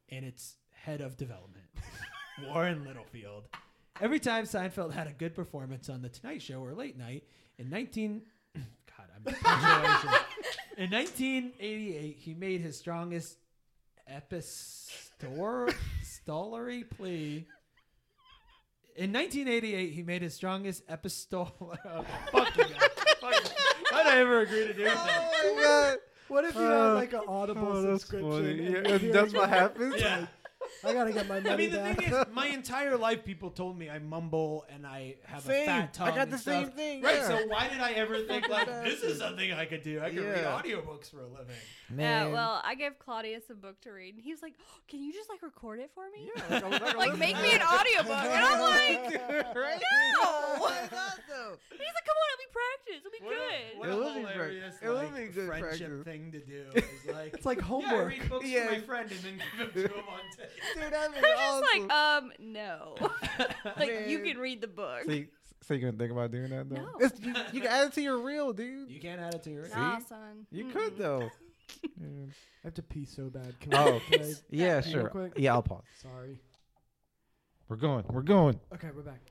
and its head of development, Warren Littlefield. Every time Seinfeld had a good performance on The Tonight Show or Late Night, in 19. God, I'm. punctuation. in 1988, he made his strongest epistolary plea. In 1988, he made his strongest epistolary. Oh, fuck you guys. Fuck you. Why'd I ever agree to do that? Oh What if you Uh, had like an my god. audible Oh, that's subscription? funny. and Yeah, you're and that's hearing what it? happens. Yeah. I gotta get my money I mean, the back. thing is, my entire life, people told me I mumble and I have a fat tongue. and stuff. thing. Right, so why did I ever think like that. this is something I could do? I could read Yeah. audiobooks for a living. Yeah, well, I gave Claudius a book to read, and he was like, "Oh, "Can you just like record it for me? Yeah, like, I was like, Like, make me an audiobook." And I'm like, right? Oh "No!" Why not, though? He's like, "Come on, it'll be practice. It'll be What good." a, what It a would be prac- hilarious it would like, be good friendship practice. thing to do. Is like, it's like yeah, I homework. read books Yeah. for my friend and then give them to him on tape. Dude, I mean, I'm just like, um, no. like, you Man. can read the book. See, so you gonna think about doing that though? No. It's, you, you can add it to your reel, dude. You, You can't add it to your. Nah, See? son. could Mm-mm. though. I have to pee so bad. Can Oh. I, can I, yeah, Real sure. quick. Yeah, I'll pause. sorry. We're going. We're going. Okay, we're back.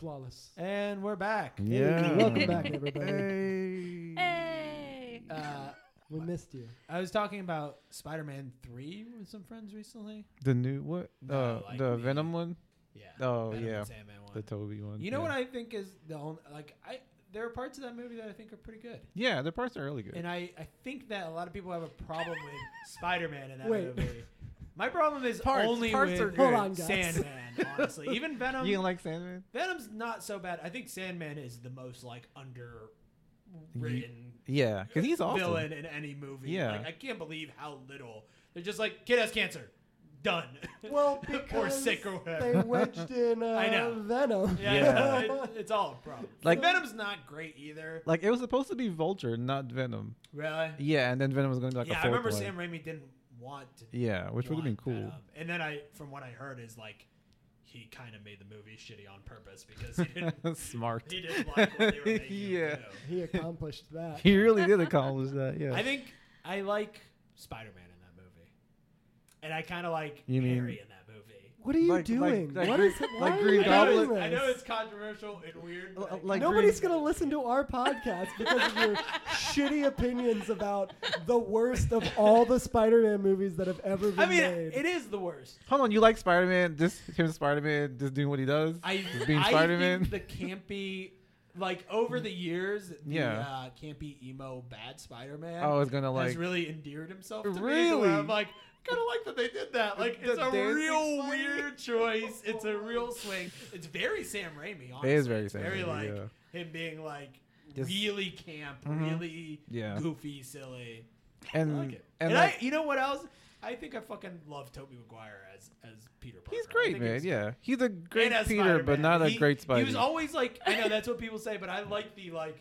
Flawless. And we're back. Yeah. Welcome back, everybody. Hey. Hey. Uh, We missed you. I was talking about Spider-Man Three with some friends recently. The new what? No, uh, like the the- Venom one, Yeah. Oh, Venom yeah. and Sandman one. the Toby one. You know yeah. what I think is the only like I there are parts of that movie that I think are pretty good. Yeah, the parts are really good. And I, I think that a lot of people have a problem with Spider-Man in that Wait. movie. My problem is Parts- only parts with are good. Hold on, guys. Sandman, honestly. Even Venom you didn't like Sandman? Venom's not so bad. I think Sandman is the most like underwritten Yeah, because he's awesome. villain in any movie. Yeah. Like I can't believe how little. They're just like kid has cancer. Done. Well, or because sick or they whatever. wedged in uh, I know. Venom. Yeah, Yeah. it- it's all a problem. Like- Like Venom's not great either. Like it was supposed to be Vulture, not Venom. Really? Yeah, and then Venom was going to be like a yeah, I fourth remember one. Sam Raimi didn't want to. Yeah, which would have been want cool. Venom. um, And then I, from what I heard, is like he kind of made the movie shitty on purpose because uh, he didn't. Smart. he didn't like what they were making. him Yeah. do. He accomplished that. He really did accomplish that. Yeah. I think I like Spider-Man in that movie, and I kind of like You mean- Harry in that movie. What are you Like- like- doing? like what Green- is it? like Why are Green you I know, doing it's, Goblin. this? I know it's controversial and weird. but L- I- like- Nobody's Green- gonna listen to our podcast because of your shitty opinions about the worst of all the Spider-Man movies that have ever been I mean, made. it is the worst. Hold on, you like Spider Man? Just him, Spider Man, just doing what he does. I, Just being I Spider-Man? think the campy, like over the years, the Yeah. uh, campy emo bad Spider-Man oh, it's gonna has like really endeared himself to me. to Really? where I'm like, kind of like that they did that. Like, The it's a dancing real Spider-Man? weird choice. It's a real swing. It's very Sam Raimi. Honestly. It is very It's Sam Very Raimi, like him being like. Just- really camp, Mhm. really Yeah. goofy, silly. And I like it. and, And, like, I, you know what else? I think I fucking love Toby Maguire as as Peter Parker. he's I great, think man. it's- Yeah, he's a great and as Peter, but Spider-Man. not a He- great Spidey. He was always like, I know that's what people say, but I like the like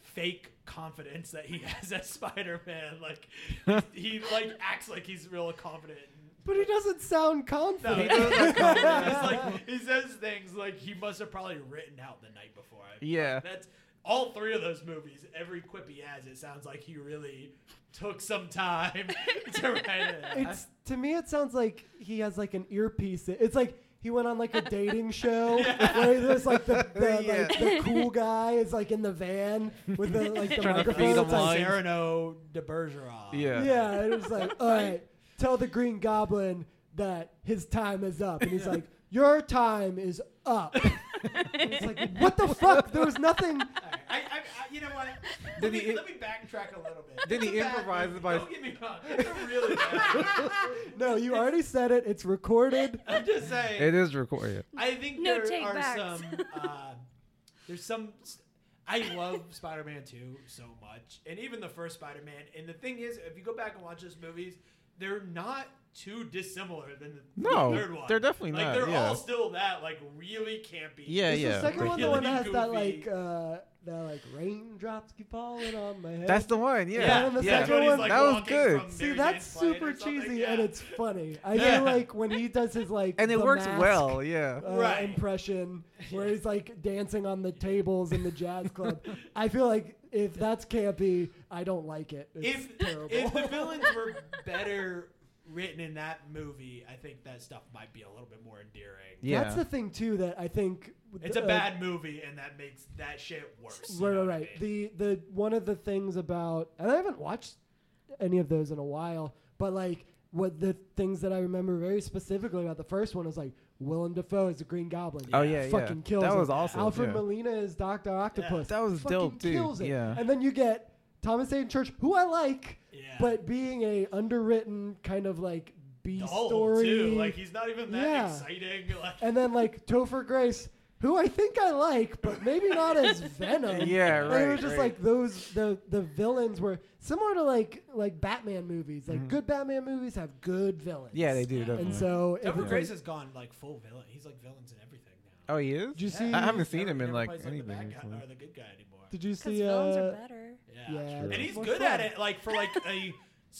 fake confidence that he has as Spider-Man. Like he like acts like he's real confident. But he doesn't sound No, confident. he doesn't look confident. It's like he says things like he must have probably written out the night before. I feel Yeah. like that's all three of those movies. Every quip he has, it sounds like he really took some time to write it. out. It's to me, it sounds like he has like an earpiece. It's like he went on like a dating show where there's like the, the, Yeah. like, the cool guy is like in the van with the like the Trying to feed microphone. him It's like, lines. Cyrano de Bergerac. Yeah. yeah, and it was like, all right, tell the Green Goblin that his time is up, and he's like, your time is up. And it's like, what the fuck? There was nothing. Alright, I, I, I, you know what? Did Let me, he im- let me backtrack a little bit. Did he It's a bad improvise movie. by- Don't get me wrong. It's a really bad. No, you already said it. It's recorded. I'm just saying. it is recorded. I think No there take are backs. some. Uh, there's some. I love Spider-Man 2 so much, and even the first Spider-Man. And the thing is, if you go back and watch those movies, they're not too dissimilar than the, the No, third one. they're definitely like not, they're yeah. all still that like really campy. Yeah, Is yeah. the second one the Really one that has that like goofy. uh, that like raindrops keep falling on my head? That's the one. Yeah, Yeah, and the yeah. second one- he's, like, That was walking good. from See, Mary that's Jane's plane super or something, cheesy yeah. and it's funny. I Yeah. feel like when he does his like and it the works mask, well. Yeah, uh, Right. impression where he's like dancing on the tables in the jazz club. I feel like if that's campy, I don't like it. It's if terrible. if the villains were better written in that movie, I think that stuff might be a little bit more endearing. yeah. That's the thing too that I think It's a uh, bad movie, and that makes that shit worse. you Right, know right, what I right. mean? The the one of the things about and I haven't watched any of those in a while, but like what the things that I remember very specifically about the first one is like Willem Dafoe is the Green Goblin. Oh, yeah, yeah. fucking kills. That it. was awesome, Alfred yeah. Molina is Doctor Octopus. That was fucking dope, too, Kills it. yeah. And then you get Thomas Hayden Church, who I like, Yeah. but being a underwritten kind of like B Dull, story. too. Like he's not even that Yeah. exciting. Like and then like Topher Grace, who I think I like, but maybe not as Venom. Yeah, And right, it was just right. like those the the villains were similar to like like Batman movies. Like good Batman movies have good villains. Mm-hmm. yeah, they do. Yeah. Definitely. And so if Topher it's Grace like- has gone like full villain. He's like villains in everything now. oh, he is. did you Yeah. see? I haven't seen Never- him in, never like, plays, the anything bad guy recently. or the good guy anymore. Did you Because see? villains uh, are better. Yeah, Yeah. and he's More good fun. at it. Like for like a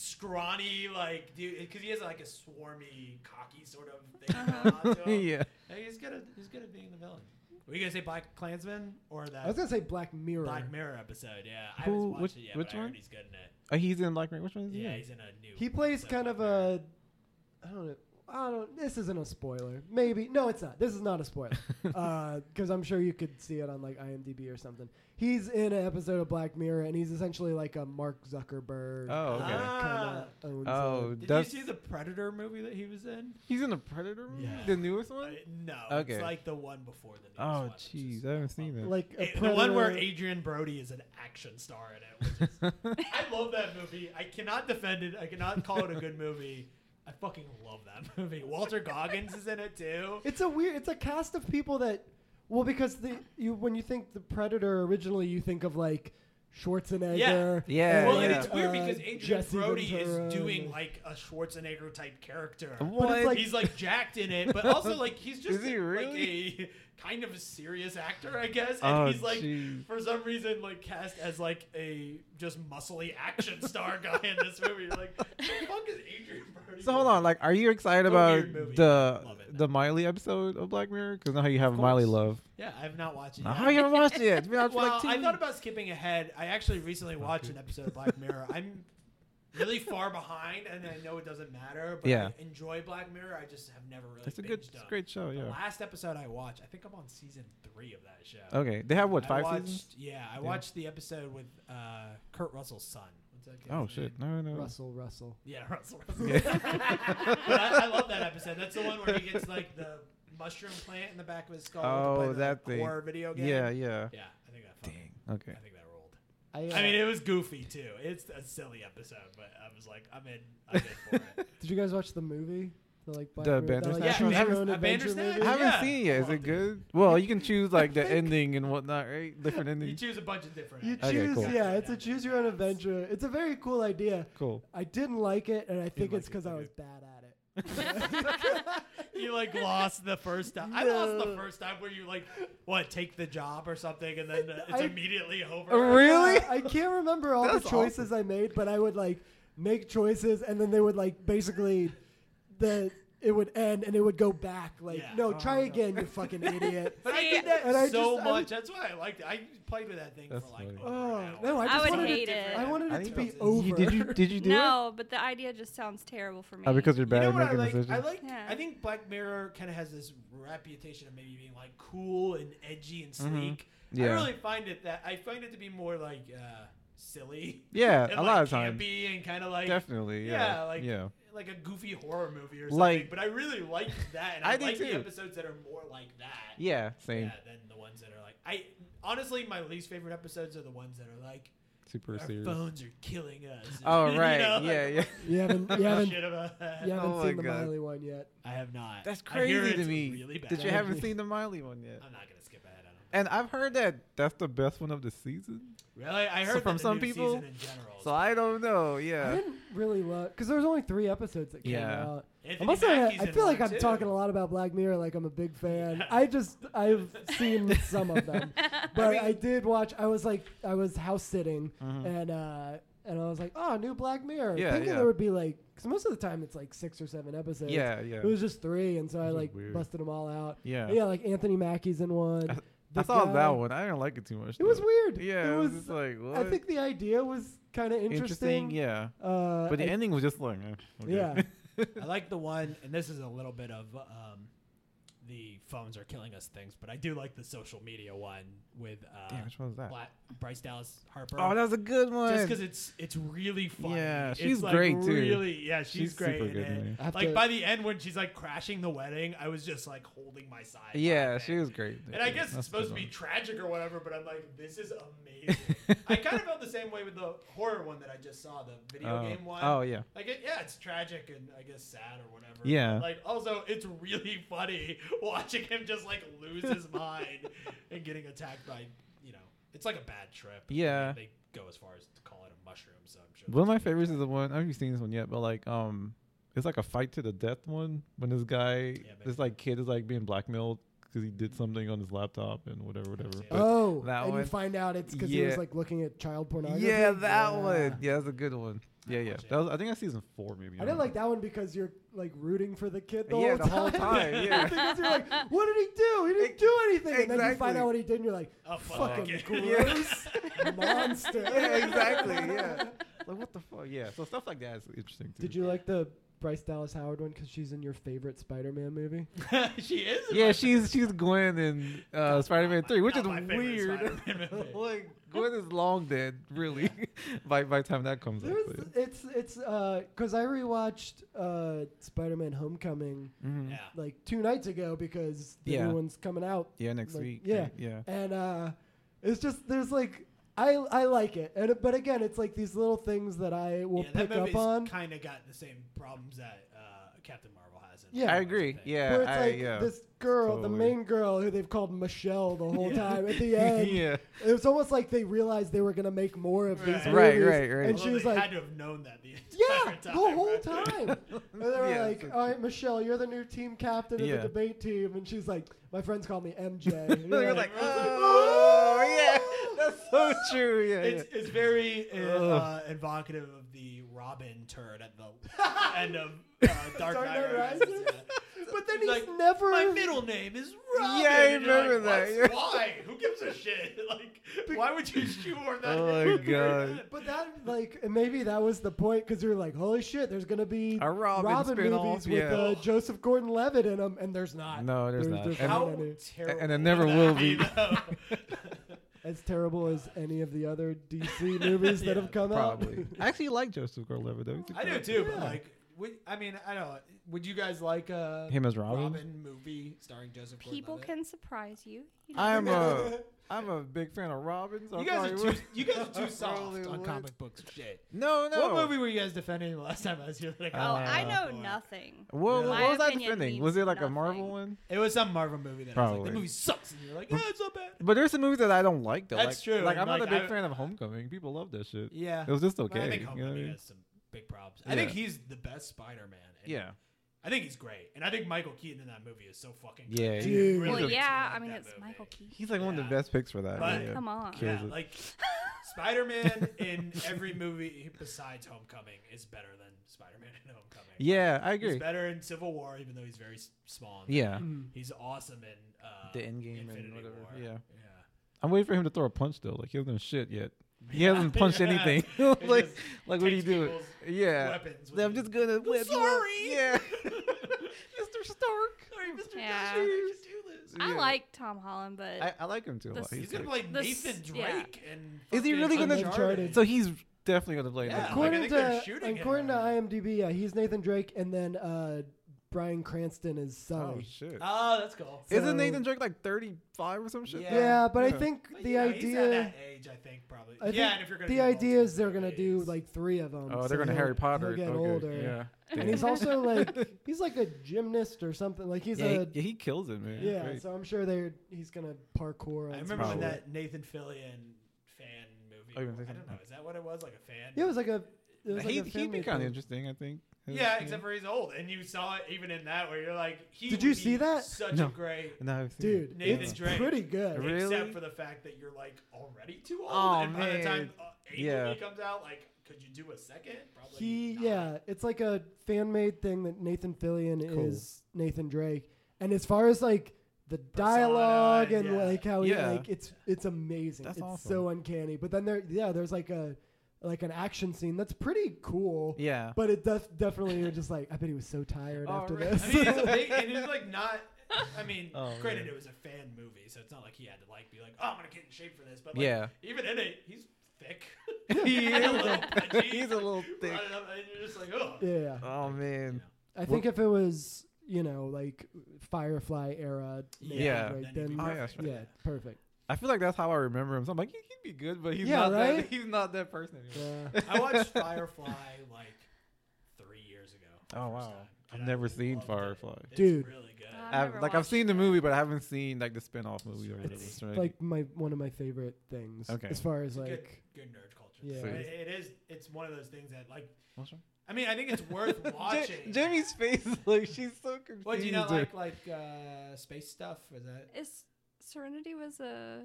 scrawny like dude, because he has like a swarmy, cocky sort of thing. going on to him. yeah, Hey, he's good at he's good at being the villain. Were you gonna say Black Klansman or that I was gonna say Black Mirror. Black Mirror episode? Yeah, I Who- haven't watched which- it yet, which but I one? heard he's good in it. oh, he's in Black Mirror. Which one is he? Yeah, in? he's in a new. he plays episode kind of of Black Mirror. a. I don't know. I don't. This isn't a spoiler. Maybe no, it's not. This is not a spoiler because I'm sure you could see it on like IMDb or something. He's in an episode of Black Mirror, and he's essentially like a Mark Zuckerberg. Oh, okay. kinda Ah. owns Oh, it. Did that's- you see the Predator movie that he was in? he's in the Predator movie, Yeah. the newest Uh, one. no, Okay. it's like the one before the. Oh, newest one, which jeez, is I haven't not seen fun. that. like a It- Eh, the one where predator- Adrian Brody is an action star in it. Which is, I love that movie. I cannot defend it. I cannot call it a good movie. I fucking love that movie. Walter Goggins is in it too. It's a weird. It's a cast of people that. Well, because the you when you think the Predator originally, you think of like Schwarzenegger. Yeah, well, and yeah. it's weird uh, because Adrian Jesse Brody Ventura. is doing like a Schwarzenegger type character. What? it's like- he's like jacked in it, but also like he's just Is he like really? a kind of a serious actor, I guess. And Oh, he's like jeez. for some reason like cast as like a just muscly action star guy in this movie. You're like, "Who the fuck is Adrian Brody? So hold on, like, are you excited It's a about weird movie. the Love it. the Miley episode of Black Mirror? Because now you have Miley course. Love. yeah, I've not watched it. Now, yet. How you haven't watched it yet? It's been out for well, like two I weeks. thought about skipping ahead. I actually recently watched an episode of Black Mirror. I'm really far behind, and I know it doesn't matter, but Yeah. I enjoy Black Mirror. I just have never really. it's a good, binged it's a on. great show. The Yeah. last episode I watched, I think I'm on season three of that show. Okay, they have Oh, what I five watched, seasons? Yeah, I watched the episode with uh, Kurt Russell's son. What's that kid's Oh name? shit! No, no. Russell Russell. Yeah, Russell. Russell. but I, I love that episode. That's the one where he gets like the mushroom plant in the back of his skull. to Oh, play the that thing. horror video game. Yeah, yeah. Yeah, I think that. fucking- Dang. Okay. I think that rolled. I, uh, I mean, it was goofy too. It's a silly episode, but I was like, I'm in. I'm in for it. did you guys watch the movie? The like The Black Mirror- that, Bandersnatch like, one? choose your Yeah, own a adventure Bandersnatch? movie? I haven't Yeah. seen it yet. Is Well, it good? Well, you can choose like the think- ending and whatnot, right? Different You endings. choose a bunch of different. You actors. Okay, choose, cool. yeah, it's a choose your own adventure. It's a very cool idea. Cool. I didn't like it, and I think like it's it, because I okay. was bad at it. you like lost the first time. I lost No. the first time where you like what take the job or something, and then uh, it's I- immediately over. Really? Yeah, I can't remember all the That's choices I made, but I would like make choices, and then they would like basically the it would end, and it would go back. Like, Yeah. no, Oh, try no. again, you fucking idiot. But I See, did that and I so just- I much. would- That's why I liked it. I played with that thing That's for like. funny. over an Oh hour. no, I I just would wanted hate it. it. I wanted I it to think be it's- over. You, did you did you do no, but the idea just sounds terrible for me. it? Oh, because you're You bad know at what I making like? decisions. I like. Yeah. I think Black Mirror kind of has this reputation of maybe being like cool and edgy and sleek. Mm-hmm. Yeah. I really find it that I find it to be more like uh, silly. yeah, and, a like, lot of times. campy and kind of like Definitely. Yeah. yeah, like yeah. like a goofy horror movie or something. Like- but I really liked that, and I I, did like the too. episodes that are more like that. Yeah. Yeah, Same. than the ones that are like I honestly my least favorite episodes are the ones that are like Super our serious. phones are killing us. Oh You right. know, like, yeah. Yeah. You haven't, you haven't, Shit about that. you haven't Oh my seen the God. Miley one yet. I have not. That's I hear crazy to it's me. Really bad. That you have- haven't seen the Miley one yet. I'm not gonna skip ahead. I don't think. And I've heard that that's the best one of the season. Really, I So heard from that the some new people- season in general. So I don't know. I Yeah. didn't really love because there was only three episodes that came Yeah. out. Anthony I'm also, Mackie's I in feel like one, I'm too. talking a lot about Black Mirror, like I'm a big fan. Yeah. I just I've seen some of them, but I, mean- Mm. did watch. I was like, I was house sitting, Mhm. and uh, and I was like, oh, new Black Mirror. Yeah, Thinking yeah. there would be like, because most of the time it's like six or seven episodes. Yeah. Yeah. It was just three, and so I Those are like weird. busted them all out. Yeah. Yeah, like Anthony Mackie's in one. I- I The saw guy- that one. I didn't like it too much. It was though. weird. Yeah. it was. just like what? I think the idea was kind of interesting. Yeah. Uh, But the I- ending was just like. eh, okay. Yeah. I like the one, and this is a little bit of um, the phones are killing us things, but I do like the social media one with uh, Damn, which one was that? Black, Bryce Dallas Harper. Oh, that was a good one. just because it's it's really funny. Yeah, It's, she's like, great, too. Really, yeah, she's, She's great. super in good it. in it. I have Like to- by the end when she's like crashing the wedding, I was just like holding my side. yeah, laughing. she was great. And I guess That's it's supposed to good be tragic or whatever, but I'm like, this is amazing. I kind of felt the same way with the horror one that I just saw, the video one. game one. Oh, oh yeah. Like it, yeah, it's tragic and I guess sad or whatever. Yeah. But, Like also, it's really funny watching him just like lose his mind and getting attacked by you know, it's like a bad trip. I mean, Yeah. they go as far as to call it a mushroom. So I'm sure. One of my that's good. favorites is the one I don't know if you've seen this one yet, but like um, it's like a fight to the death one when this guy, this maybe. like kid is like being blackmailed because he did something on his laptop and whatever, whatever. seen it. But- oh, that and one- you find out it's because he Yeah. was like looking at child pornography. yeah, that Yeah. one. Yeah, that's a good one. Yeah, yeah. watch it. That was, I think that's season four, maybe. I didn't like that one because you're like rooting for the kid the Yeah, whole the whole time. time, yeah. because you're like, what did he do? He didn't do anything. And then you find Exactly. out what he did, and you're like, Oh, fuck. fucking Yeah. gross monster. yeah, exactly. Yeah. Like what the fuck? Yeah. So stuff like that is interesting. Too. Did you like the Bryce Dallas Howard one because she's in your favorite Spider-Man movie? she is. Yeah, my- she's she's Gwen in uh, Spider-Man my- Three, which not is my favorite weird. Spider-Man movie. like Gwen is long dead, really. by by the time that comes up. There's, it's it's because I rewatched uh, Spider-Man: Homecoming Mm-hmm. Yeah. like two nights ago because the Yeah. new one's coming out Yeah, next Like, week. yeah. right? yeah. and uh, it's just there's like I I like it, and but again, it's like these little things that I will yeah, pick that up on. Kind of got the same problems that uh, Captain Marvel has. In Yeah. I I agree. Yeah, where it's I, like yeah. this girl, Totally. the main girl, who they've called Michelle the whole time. At the end, yeah, it was almost like they realized they were gonna make more of these Right. Right, movies, right, right. And she was they like, had to have known that the entire "Yeah, the time, whole right? time." and they were Yeah, like, so "All right, Michelle, you're the new team captain of Yeah. the debate team," and she's like, "My friends call me MJ." And You're you're like, like, oh, yeah, that's so true. Yeah, It's, yeah. it's very uh, Ugh. uh, evocative of the Robin turn at the end of uh, Dark Dark Knight Knight Rises. Rises? Yeah. but then It's he's like, never My middle name is Robin. Yeah, I And you're remember like, that, "What's- Why? Who gives a shit? Like, why would you shoehorn that? Oh in? my God. But that, like, and maybe that was the point because you're like, holy shit, there's gonna be A Robin spin-off, movies with yeah. uh, Joseph Gordon-Levitt in them, and there's not. No, there's not. And- How not any. terrible and it never would will that be. though? as terrible as any of the other DC movies that Yeah, have come Probably. out. I actually like Joseph Gordon-Levitt though. He's a I do good- too, Yeah. but like Would, I mean, I don't. know. Would you guys like a Him as Robin, Robin. movie starring Joseph? People Gordon-Levitt? can surprise you. you I am never know. a I'm a big fan of Robin. So You I guys probably are too. would- You guys are too probably soft on would. comic books. Shit. No, no. What movie were you guys defending the last time I was here? Like, Oh, I uh, know nothing. What, what Yeah. My was I opinion defending? means Was it like a nothing. Marvel one? It was some Marvel movie that I was Probably. like, the movie sucks, and you're like, yeah, it's not bad. But there's some movies that I don't like though. That's like, true, Like and, I'm not like, a big I- fan of Homecoming. People love that shit. Yeah. It was just okay. I think you know what I Homecoming mean? has some big problems. I think Yeah. he's the best Spider-Man. and yeah. I think he's great, and I think Michael Keaton in that movie is so fucking. good. Yeah, He Dude. really Well, Really yeah. exploited I mean, that it's movie. Michael Keaton. He's like one of Yeah. the best picks for that. But- yeah. Come on. Kills Yeah, it. like Spider-Man in every movie besides Homecoming is better than Spider-Man in Homecoming. Yeah, I he's Mm-hmm. agree. better in Civil War, even though he's very s- small. in that. Yeah. he's awesome in uh, The Endgame and Infinity whatever, War. yeah. yeah. I'm waiting for him to throw a punch though. Like he hasn't done shit yet. He hasn't punched Yeah. anything. He like, like just what do you takes do? people's Yeah. weapons with I'm his- just gonna whip you up. sorry. Yeah. Mr. Stark. Sorry, Mr. Yeah. Stark. I just do this. I Yeah. like Tom Holland, but I, I like him too. A The lot. s- He's He's gonna good. play The s- Nathan yeah. Drake and. Is he fucking really gonna- Uncharted. so he's definitely gonna play. Yeah, Nathan. like, I According think they're to shooting him according to already. IMDb, yeah, he's Nathan Drake, and then uh, Brian Cranston is oh Sully. shit. Oh, that's cool. So- Isn't Nathan Drake like 35 or some shit? Yeah. yeah. but I Yeah. think But, the you know, he's at idea, that age, I think probably. I yeah, think and if you're gonna the do idea multiple is they're gonna do movies. like three of them. Oh, so they're gonna he'll- Harry Potter. He'll it. get okay. older. Yeah. And he's also like he's like a gymnast or something. Like he's yeah, a he, yeah, he kills it, man. yeah. Great. So I'm sure they're he's gonna parkour. On I remember when Probably. that Nathan Fillion fan movie. Oh, I you don't wanna say something? know. Is that what it was? Like a fan. Yeah, it was like a. It was he, like a he'd be family kind of thing. interesting, I think. Yeah, except for he's old, and you saw it even in that where you're like, he. Did would you be see that? Such No. a great. No, I've seen it. Dude, Nathan it's Drake. pretty good. Really? Except for the fact that you're like already too old, Oh, and by the time man. uh, a Yeah. movie comes out, like, could you do a second? Probably. He not. yeah, it's like a fan made thing that Nathan Fillion Cool. is Nathan Drake, and as far as like the Persona, dialogue and yeah. like how he Yeah. like it's it's amazing. That's it's awesome. so uncanny. But then there yeah, there's like a like an action scene that's pretty cool. Yeah. But it def- definitely you're just like I bet he was so tired Oh, after really? this. I mean, it's a big, and it's like not. I mean, Oh, granted, man. it was a fan movie, so it's not like he had to like be like, "Oh, I'm gonna get in shape for this." But like, Yeah. even in it, he's thick. He He's a is little a- pudgy. he's a little Running thick. up, And you're just like, "Oh, yeah, Oh, man. I think if it was you know like Firefly era, Nathan Yeah. Drake, Then then he'd be Oh, yeah, perfect. that's yeah, perfect. I feel like that's how I remember him. So I'm like, he, he'd be good, but he's Yeah, not right? that. He's not that person anymore. Yeah. I watched Firefly like three years ago. the Oh, first wow. time, I've and I never seen loved it. Firefly. It's Dude. really good. Uh, I've I've, never like I've watched seen the it. movie, but I haven't seen like the spin-off movie or whatever. It's right? like my one of my favorite things. Okay. As far as It's a good- like good, nerd culture. Yeah. But it- it is. It's one of those things that like. What's wrong? I mean, I think it's worth watching. Jimmy's face, like she's so confused. What do you not like? Like uh, space stuff? Is that? is Serenity was a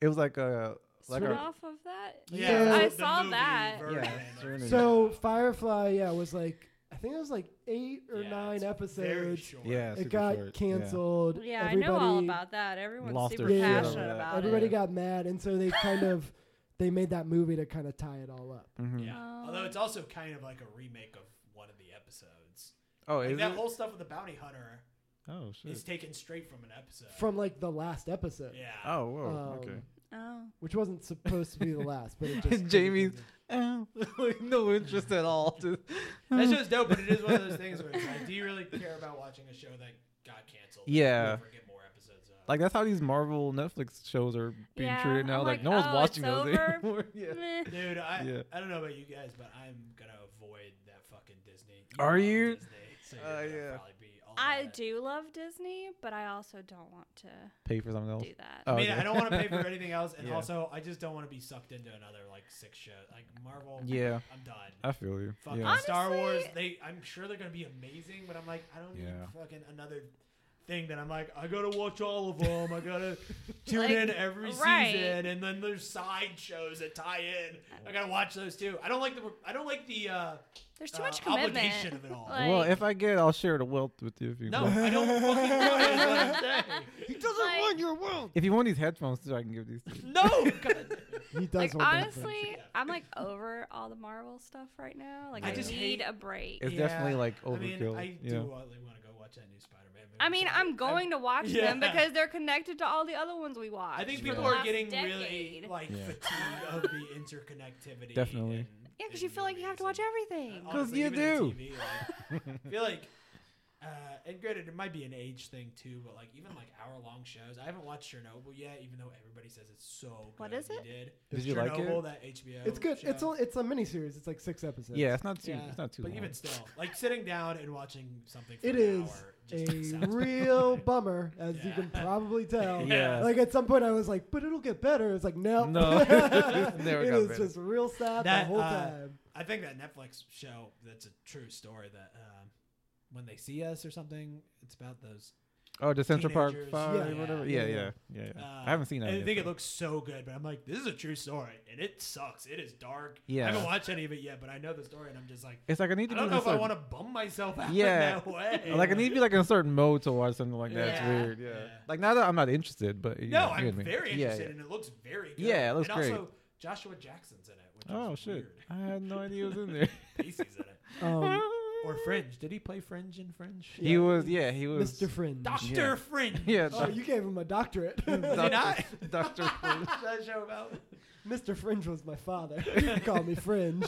It was like a like Sort a Sure. spin-off of that? Yeah. I the saw movie that. version Yeah, of it. Serenity. So Firefly, yeah, was like I think it was like eight or Yeah, nine it's Very episodes. short. yeah. It super got short, yeah. canceled. Yeah, everybody, I know all about that. Everyone's Lost super their shit passionate over that. about Everybody it. got mad, and so they kind of they made that movie to kind of tie it all up. Mhm. Yeah. Oh. Although it's also kind of like a remake of one of the episodes. Oh, Like is that it? whole stuff with the bounty hunter oh shit. is taken straight from an episode. From like the last episode, yeah. oh whoa. Um, it. Oh. which wasn't supposed to be the last, but it just Jamie's- okay. Like, no interest at all. Just, That show's dope, but it is one of those things where it's like, do you really care about watching a show that got canceled? Yeah. We'll never get more episodes of? like that's how these Marvel Netflix shows are being Yeah, treated now. I'm Like, like, no one's oh, watching it's those over. anymore. yeah. Meh. Dude, I Yeah. I don't know about you guys, but I'm gonna avoid that fucking Disney. Are love you? Disney, so Uh, you're gonna yeah. probably be all I about it. do love Disney, but I also don't want to Pay for something else. do that. Oh, I mean, okay. I don't want to pay for anything else, and Yeah. also I just don't want to be sucked into another like six show like Marvel. Yeah. I'm done. I feel you. Fucking yeah. Honest- Star Wars. Honestly- They, I'm sure they're gonna be amazing, but I'm like, I don't Yeah. need fucking another thing that I'm like, I gotta watch all of them. I gotta tune Like, in every right. season, and then there's side shows that tie in. I gotta watch those too. I don't like the. I don't like the. uh There's too uh, much commitment. obligation of it all. Like, well, if I get, I'll share the wealth with you if you No, want. I don't fucking know. That's what I'm saying. He doesn't Like- want your wealth. If you want these headphones, too, I can give these to you. No, God. he does like want that honestly, Yeah. I'm like over all the Marvel stuff right now. Like I I, just need hate- a break. It's Yeah. definitely like I mean, overkill. I yeah. do want to go watch that new Spider-Man movie. I mean, So I'm going to watch them Yeah. because they're connected to all the other ones we watch. I think Yeah. people the are getting really like Yeah. fatigued of the interconnectivity. Definitely. and- Yeah, because and you feel like you have to watch movies everything. and- 'Cause honestly, you even in do. TV, like, I feel like, uh, and granted, it might be an age thing too, but like even like hour long shows. I haven't watched Chernobyl yet, even though everybody says it's so good. What is You it? Did, Did It's you like it? Chernobyl, That HBO. It's good. Show. It's a, it's a miniseries. It's like six episodes. Yeah, it's not too. Yeah, It's not too. But long. even still, like sitting down and watching something. For It an is hour just a sounds- real bummer, as you Yeah. can probably tell. Yeah. Like at some point, I was like, "But it'll get better." It's like, nope. No. It's never it got is better. just real sad That, the whole uh, time. I think that Netflix show that's a true story that um, when they see us or something, it's about those. Oh, the Central Park Teenagers. Five, Yeah. or whatever. Yeah, Yeah, yeah, yeah. yeah. yeah. Uh, I haven't seen that. and I yet, think it though. looks so good, but I'm like, this is a true story, and it sucks. It is dark. Yeah. I haven't watched any of it yet, but I know the story, and I'm just like, It's like I need to I don't do know this. if I like, want to bum myself out Yeah. in that way. like I need to be like in a certain mode to watch something like that. Yeah. It's weird. Yeah. Yeah. Like now that I'm not interested, but you No, know, I'm you know what I mean. very Yeah, interested, yeah. and it looks very good. Yeah, it looks and great. also, Joshua Jackson's in it, which Oh is shit! weird. I had no idea it was in there. Pacey's in it. Um, Or Fringe. Did he play Fringe in Fringe? he was. Yeah, he was. Mr. Fringe. Doctor Yeah. Fringe. Yeah. Oh, Doc- you gave him a doctorate. Doctor, I? Doctor. Fringe. What's that show about? Mr. Fringe was my father. You can call me Fringe.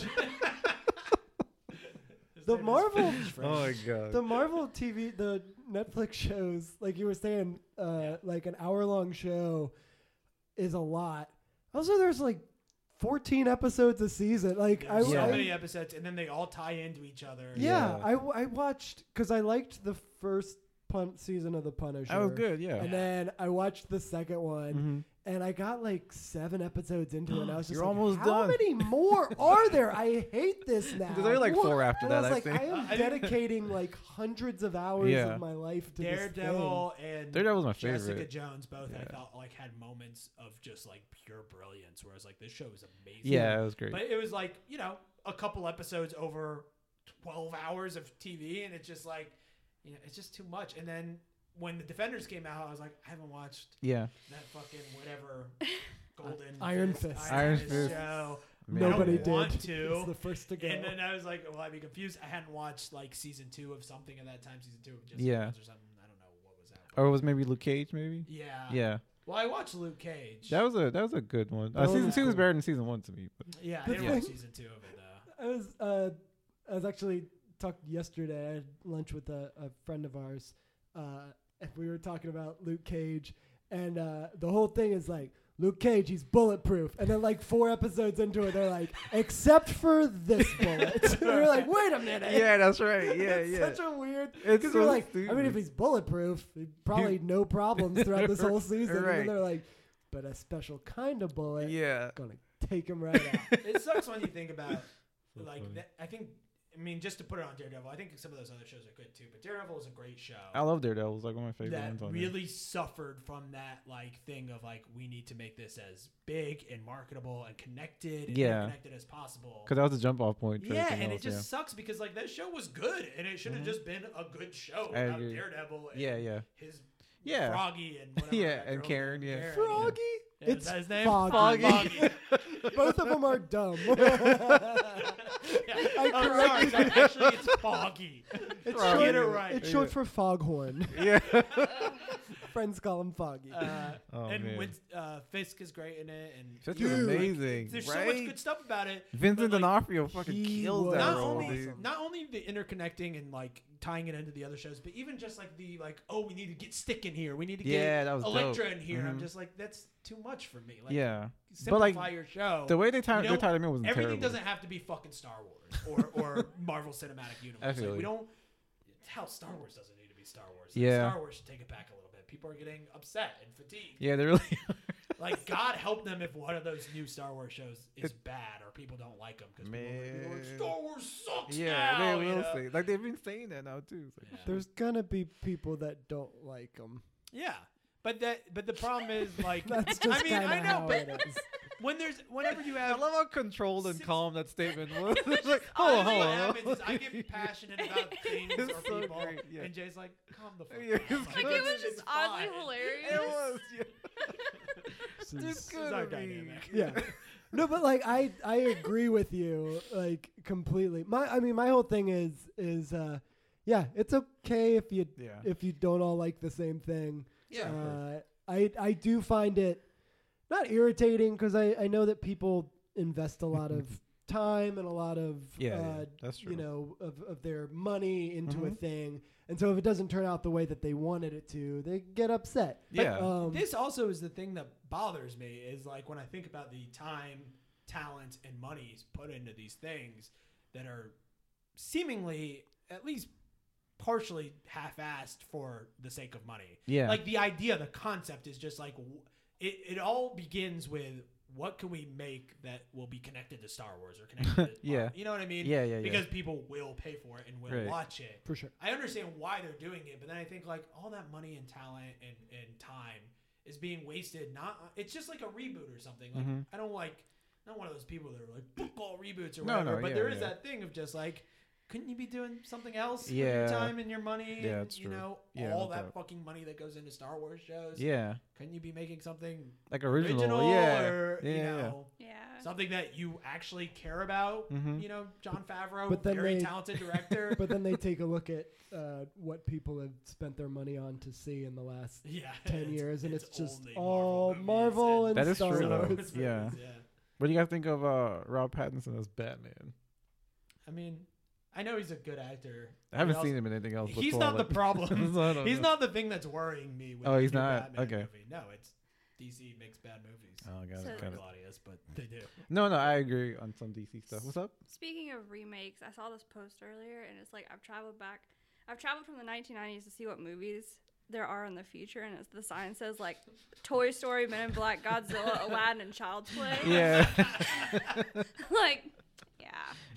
His The name is Marvel- Fringe oh my Fringe. god. The Marvel TV, the Netflix shows, like you were saying, uh, Yeah. like an hour long show is a lot. Also, there's like 14 episodes a season. Like, I, There's so I- many episodes, and then they all tie into each other. yeah, Yeah. I, I watched because I liked the first pun- season of The Punisher. That was Oh, good. Yeah. And then I watched the second Mhm. one, and I got like seven episodes into it. And I was just You're like, almost how done." many more are there? I hate this now. There's only like four after And that. I was I like, think. I I- I- am dedicating like hundreds of hours Yeah. of my life to Daredevil and Daredevil's my Jessica favorite. Jones both I Yeah. thought like had moments of just like pure brilliance, where I was like, this show is amazing. yeah, it was great. but it was like you know a couple episodes over twelve hours of TV, and it's just like you know it's just too much. And then when the Defenders came out, I was like, I haven't watched yeah. that fucking whatever golden Iron Fist. Iron Iron Fist. Fist show. this thing. Man, Nobody yeah. did. want to. It's the first to go. And then I was like, well, I'd be confused. I hadn't watched like season two of something at that time, season two of just Yeah. Jones or something. I don't know what was that. Or it was maybe Luke Cage, maybe. yeah. Yeah, Well, I watched Luke Cage. that was a that was a good one. Uh, That season was two is cool. better than season one to me. But yeah, I The didn't watch thing- season two of it though. I was uh, I was actually talked yesterday. I had lunch with a, a friend of ours, uh, and we were talking about Luke Cage, and uh, the whole thing is like Luke Cage, he's bulletproof, and then like four episodes into it, they're like, except for this bullet. and we're like, wait a minute. that's right. It's Such a weird. It's Because so we're like, I mean, stupid. if he's bulletproof, he probably no problems throughout this whole season. Right. And then they're like, but a special kind of bullet, yeah. gonna take him right out. It sucks when you think about So like funny. that, I think. I mean, just to put it on Daredevil, I think some of those other shows are good too. But Daredevil is a great show. I love Daredevil. It was like one of my favorite that ones on there. really suffered from that like thing of like we need to make this as big and marketable and connected and Yeah. connected as possible. Because that was a jump off point. for Yeah, everything and it else, just sucks because like that show was good, and it should have just been a good show Mm-hmm. I about agree. Daredevil. And yeah. yeah, yeah. his Yeah. Froggy and whatever Yeah, that and girl's Karen, name, yeah. Froggy? Yeah, is It's that his name? Foggy. Foggy. Both of them are dumb. Yeah. I oh, sorry, corrected sorry. Actually, it's Foggy. it's, Froggy. short, Get it right. it's short for foghorn. yeah. Friends call him Foggy. Uh, Oh, and man. Win- uh, Fisk is great in it, and Fisk is like, amazing, there's so right? much good stuff about it. but, Vincent like, D'Onofrio fucking he kills was that not role, only dude. awesome. not only the interconnecting and like tying it into the other shows, but even just like the like oh we need to get Stick in here, we need to get Yeah, that was dope. Electra in here. I'm Mhm. just like that's too much for me. Like, yeah, but simplify like your show. the way they tied you they know, tied him in was everything terrible. doesn't have to be fucking Star Wars or or Marvel Cinematic I Universe. feel Like, we you. don't. Hell, Star Wars doesn't need to be Star Wars. Like, Yeah. Star Wars should take it back a little bit. People are getting upset and fatigued. yeah, they really. Like God help them if one of those new Star Wars shows is bad or people don't like them because people are like, Man. Star Wars sucks. yeah, now, they you will know? say like they've been saying that now too. It's Yeah. like, There's gonna be people that don't like him. Yeah, but that but the problem is like That's just I mean kind I of know how but it is. when there's whenever you have I love how controlled and Six- calm that statement was. It's like, hold on, Honestly, hold what on, hold happens is I on. get passionate about things It's or so people, great, yeah. and Jay's like, "Calm the fuck Yeah, down." it's Like, like good. it was this just is oddly fine. It hilarious. was, yeah. This There's is- good. gonna our be- dynamic. yeah. No, but like I I agree with you like completely. My I mean my whole thing is is uh yeah, it's okay if you Yeah. if you don't all like the same thing. Yeah. Uh, I I do find it not irritating because I I know that people invest a lot of time and a lot of Yeah, yeah, uh, that's true. you know of, of their money into a Mhm. thing, and so if it doesn't turn out the way that they wanted it to, they get upset. yeah. Um, This also is the thing that bothers me is like when I think about the time, talent, and monies put into these things that are seemingly at least partially half-assed for the sake of money. Yeah. Like the idea, the concept is just like w- it. It all begins with what can we make that will be connected to Star Wars or connected. to Yeah. Marvel? You know what I mean? Yeah, yeah, yeah. Because people will pay for it and will Right. watch it. for sure. I understand why they're doing it, but then I think like all that money and talent and, and time is being wasted. Not it's just like a reboot or something. Like Mhm. I don't like not one of those people that are like book all reboots or No, whatever. no, but yeah, there is yeah. that thing of just like, couldn't you be doing something else? Yeah. with your time and your money. Yeah, and, it's You true. know Yeah, all no that doubt. fucking money that goes into Star Wars shows. yeah. couldn't you be making something Like original, original. yeah. or yeah. you yeah. know Yeah. something that you actually care about? Mhm. You know, John Favreau, But then very they- talented director. But then they take a look at uh, what people have spent their money on to see in the last yeah, 10 it's- years and it's, just only all movies Marvel and, That is Star true, though. Wars. Yeah. What do you guys think of uh, Rob Pattinson as Batman? I mean, I know he's a good actor. I haven't He also- seen him in anything else. He's before, not the but- problem. So I don't He's know. not the thing that's worrying me. With Oh, the he's new not? Batman Okay. Movie. No, it's DC makes bad movies. Oh, got So- it. Sorry, Got it. Claudius, but they do. No, no, I agree on some DC stuff. What's up? Speaking of remakes, I saw this post earlier, and it's like I've traveled back. I've traveled from the 1990s to see what movies there are in the future, and it's, the sign says like Toy Story, Men in Black, Godzilla, Aladdin, and Child's Play. Yeah. like, yeah.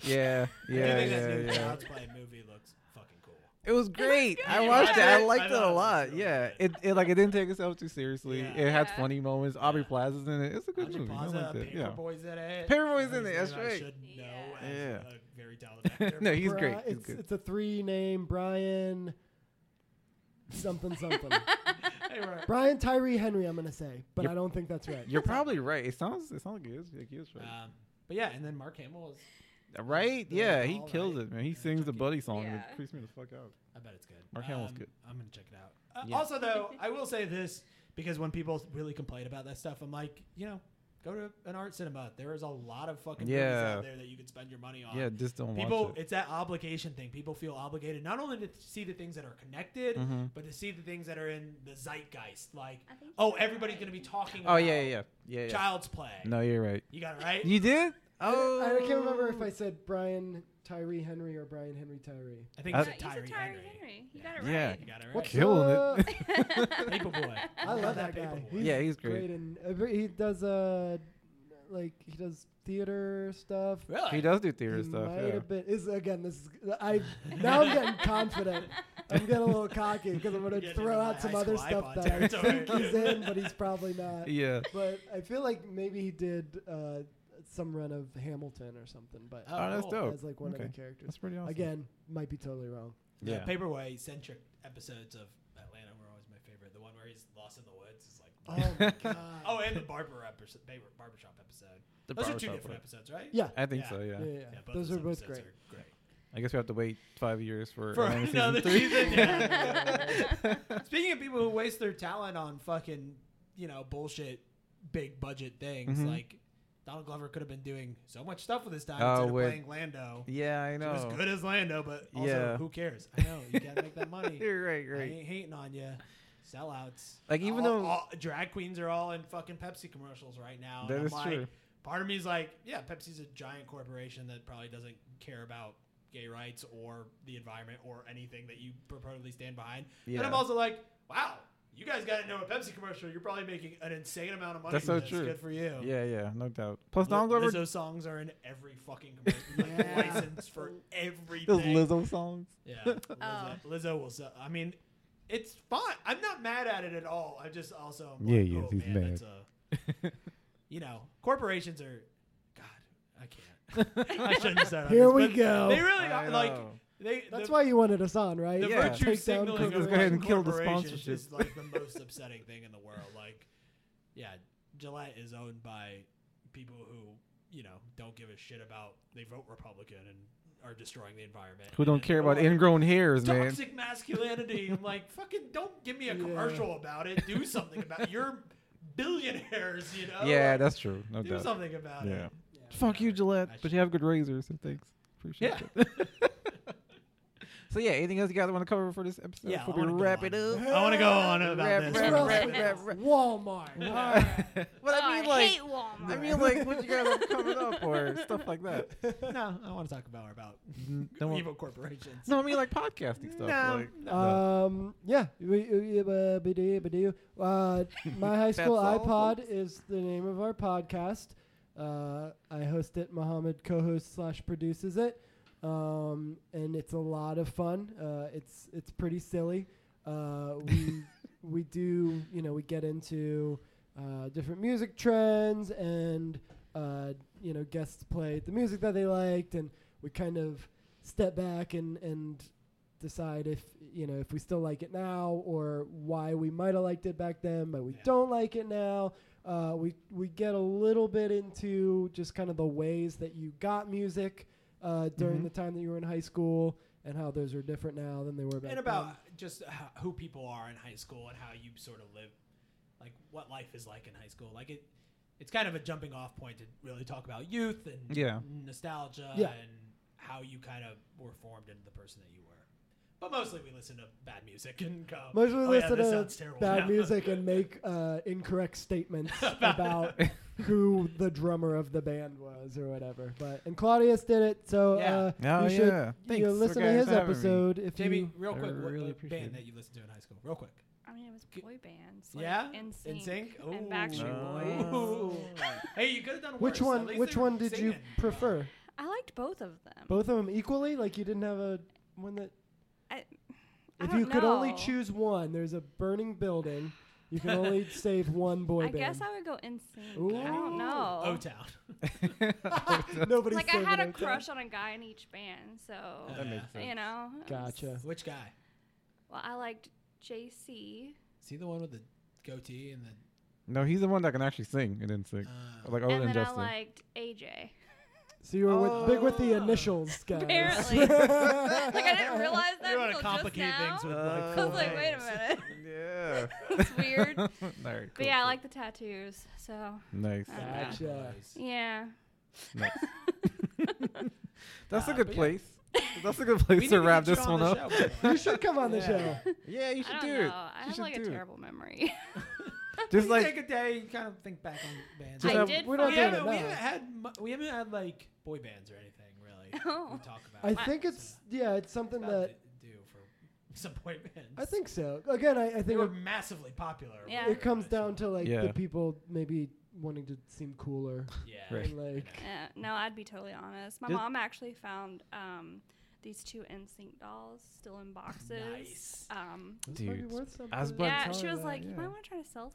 yeah. I do Yeah. think Yeah. that new yeah. Child's Play movie looks fucking cool. It was great. I good. watched it. I Yeah. liked I it thought it a was lot. really Yeah. It, good. it like it didn't take itself too seriously. Yeah. It had Yeah. funny moments. Aubrey Yeah. Plaza's in it. It's a good Aubrey movie. I Plaza, liked it. Yeah. Paperboy's in it. Paperboy's I in it, mean, that's I right. should know Yeah. as Yeah. a very talented actor. no, he's Bri- great. He's It's, good. it's a three name Brian something something. Anyway, Brian Tyree Henry, I'm going to say, but Yep. I don't think that's right. You're probably right. It sounds. It sounds like he is. Like he is right. um, but yeah, and then Mark Hamill is. right? the Yeah. He doll, kills right? it, man. He Yeah, sings the Chucky. buddy song. and Yeah. It creeps me the fuck out. I bet it's good. Um, Mark Hamill's good. I'm gonna check it out. Uh, Yeah. Also, though, I will say this because when people really complain about that stuff, I'm like, you know, go to an art cinema. There is a lot of fucking movies Yeah. out there that you could spend your money on. Yeah. Just don't People, watch it. it's that obligation thing. People feel obligated not only to see the things that are connected, Mhm. but to see the things that are in the zeitgeist. Like, I think oh, you're everybody's right. gonna be talking. Oh about yeah. Yeah. Yeah. Yeah. yeah. Child's Play. No, you're right. You got it right. You did? I Oh. don't- I can't remember if I said Brian Tyree Henry or Brian Henry Tyree. I think Uh, it's Yeah, you said Tyree Henry. You got it Yeah. right. You got it right. What's Killing it. up? Paperboy. I love that guy. Paperboy. He's Yeah, he's great. great. And uh, he does uh, like he does theater stuff. Really? He does do theater He stuff. might Yeah. have been. Is again. This is. I now I'm getting confident. I'm getting a little cocky because I'm going Getting to into throw my out some high other school stuff iPod that I territory. think he's in, but he's probably not. Yeah. But I feel like maybe he did uh, some run of Hamilton or something. But Oh, Oh, that's cool. dope. as like one of okay. the characters. That's pretty awesome. Again, might be totally wrong. The Yeah. Paperway centric episodes of Atlanta were always my favorite. The one where he's lost in the woods is like. Oh my god. Oh, and the barber episode, barber, barbershop episode. The Those are barbershop two different one. episodes, right? yeah. I think Yeah. so. Yeah. Yeah, yeah. both Those are those both episodes great. Are great. I guess we have to wait five years for, For Atlanta season another three. season. yeah. Speaking of people who waste their talent on fucking, you know, bullshit, big budget things, Mhm. like Donald Glover could have been doing so much stuff with his time Oh, instead of with- playing Lando. Yeah, I know. He was good as Lando, but also Yeah. who cares? I know you gotta make that money. You're right, I right. ain't hating on you. Sellouts. Like, even All- though- all- drag queens are all in fucking Pepsi commercials right now, That and is I'm like, true. part of me's like, yeah, Pepsi's a giant corporation that probably doesn't care about gay rights or the environment or anything that you purportedly stand behind. And Yeah. I'm also like, wow, you guys got into a Pepsi commercial. You're probably making an insane amount of money. That's from so this. true. Good for you. Yeah, yeah, no doubt. Plus, Li- Donald Glover Lizzo songs are in every fucking commercial. Yeah. Like, license for those everything. Lizzo songs. Yeah, Lizzo, Oh. Lizzo will sell. I mean, it's fine. I'm not mad at it at all. I just also am Yeah, like, he is. oh, He's man, That's a, you know, corporations are. God, I can't. I shouldn't have said Here this, we but go. They really I are like know. they. That's the, why you wanted us on, right? the Yeah. virtue Take down signaling. Let's of go ahead fucking and kill the corporations sponsorship. Is like the most upsetting thing in the world. Like, yeah, Gillette is owned by people who you know don't give a shit about. They vote Republican and are destroying the environment. Who don't and, care about oh, ingrown hairs, man? Toxic masculinity. I'm like, fucking, don't give me a Yeah. commercial about it. Do something about it. You're billionaires, you know. Yeah, Like, that's true. No do doubt. something about Yeah. it. Fuck you, whatever. Gillette. I But should- you have good razors and things. Appreciate Yeah. it. so yeah, anything else you guys want to cover for this episode Yeah, I before wanna we go wrap on. it up? I want to go on about Rap, this. rap, for a rap, minute. rap, rap. Walmart. But Oh, I mean, I like, hate Walmart. I mean, like, what you guys have coming up or stuff like that. No, I want to talk about about No, one- evil corporations. no, I mean, like podcasting stuff. No, like, Um. Yeah. We- we- uh, ba- do- ba- do. Uh, my high school That's all, iPod is the name of our podcast. Uh, I host it. Muhammad co-hosts slash produces it, um, and it's a lot of fun. Uh, it's it's pretty silly. Uh, we we do you know we get into uh, different music trends and uh, you know guests play the music that they liked and we kind of step back and and decide if you know if we still like it now or why we might have liked it back then but we Yeah. don't like it now uh, we we get a little bit into just kind of the ways that you got music uh, during Mm-hmm. Mhm. the time that you were in high school and how those are different now than they were back and then. about just how, who people are in high school and how you sort of live, like what life is like in high school. Like it, it's kind of a jumping off point to really talk about youth and Yeah. nostalgia Yeah. and how you kind of were formed into the person that you were. But mostly we listen to bad music and go. Mostly "Oh, yeah, listen this to sounds terrible bad now." music and make uh, incorrect statements about who the drummer of the band was or whatever. But and Claudius did it, so Yeah. uh, Oh, you should yeah. you Thanks know, for listen to guys his having me. episode if Jamie, you. real I quick, what really what appreciate it. band that you listened to in high school? Real quick. I mean, it was G- boy bands. Like Yeah? NSYNC NSYNC? and Ooh. Backstreet Boys. Oh. hey, you could have done Which worse. At one? least Which they were one did you singing. prefer? I liked both of them. Both of them equally? Like you didn't have a one that. I- I if don't you could only know. choose one, there's a burning building. You can only save one boy I band. guess I would go NSYNC. I Ooh. don't know. Oh, O Town. Nobody's like I saving had a those. crush on a guy in each band, so That makes sense. you know. it was- Gotcha. Which guy? Well, I liked JC. See the one with the goatee and the. No, he's the one that can actually sing Oh, and then sing. Uh, Like, other and than then Justin. I liked AJ. So you were with, big with the Oh. initials, guys. Apparently. like I didn't realize that you want to until just complicate now. things with Uh, like. I full was like, wait a names. minute. yeah. It's weird. All right, But cool, yeah, I cool. like the tattoos. So Nice. Uh, Gotcha. yeah. nice. That's a Uh, good but yeah. place. That's a good We place need to get wrap you this on one the up. show, by the way. You should come on the Yeah. show. Yeah, you I should don't do know. it. I You have should like a do it. terrible memory. Just Just like take a day, and kind of think back on bands. Just I have- did. we're not we, find- doing haven't, it we now. haven't had mu- we haven't had like boy bands or anything really. Oh. We talk about. I My- think it's yeah, it's something About that to do for some boy bands. I think so. Again, I, I they think were it, massively popular. when Yeah. we it were comes in down high to like Yeah. the people maybe wanting to seem cooler. school. yeah. Right. And like Yeah, no, I'd be totally honest. My Just- mom actually found um, these two NSYNC dolls still in boxes. Nice. Um, this might be Dude, worth something. I was about to yeah, tell she her was that, like, yeah. "You might want to try to sell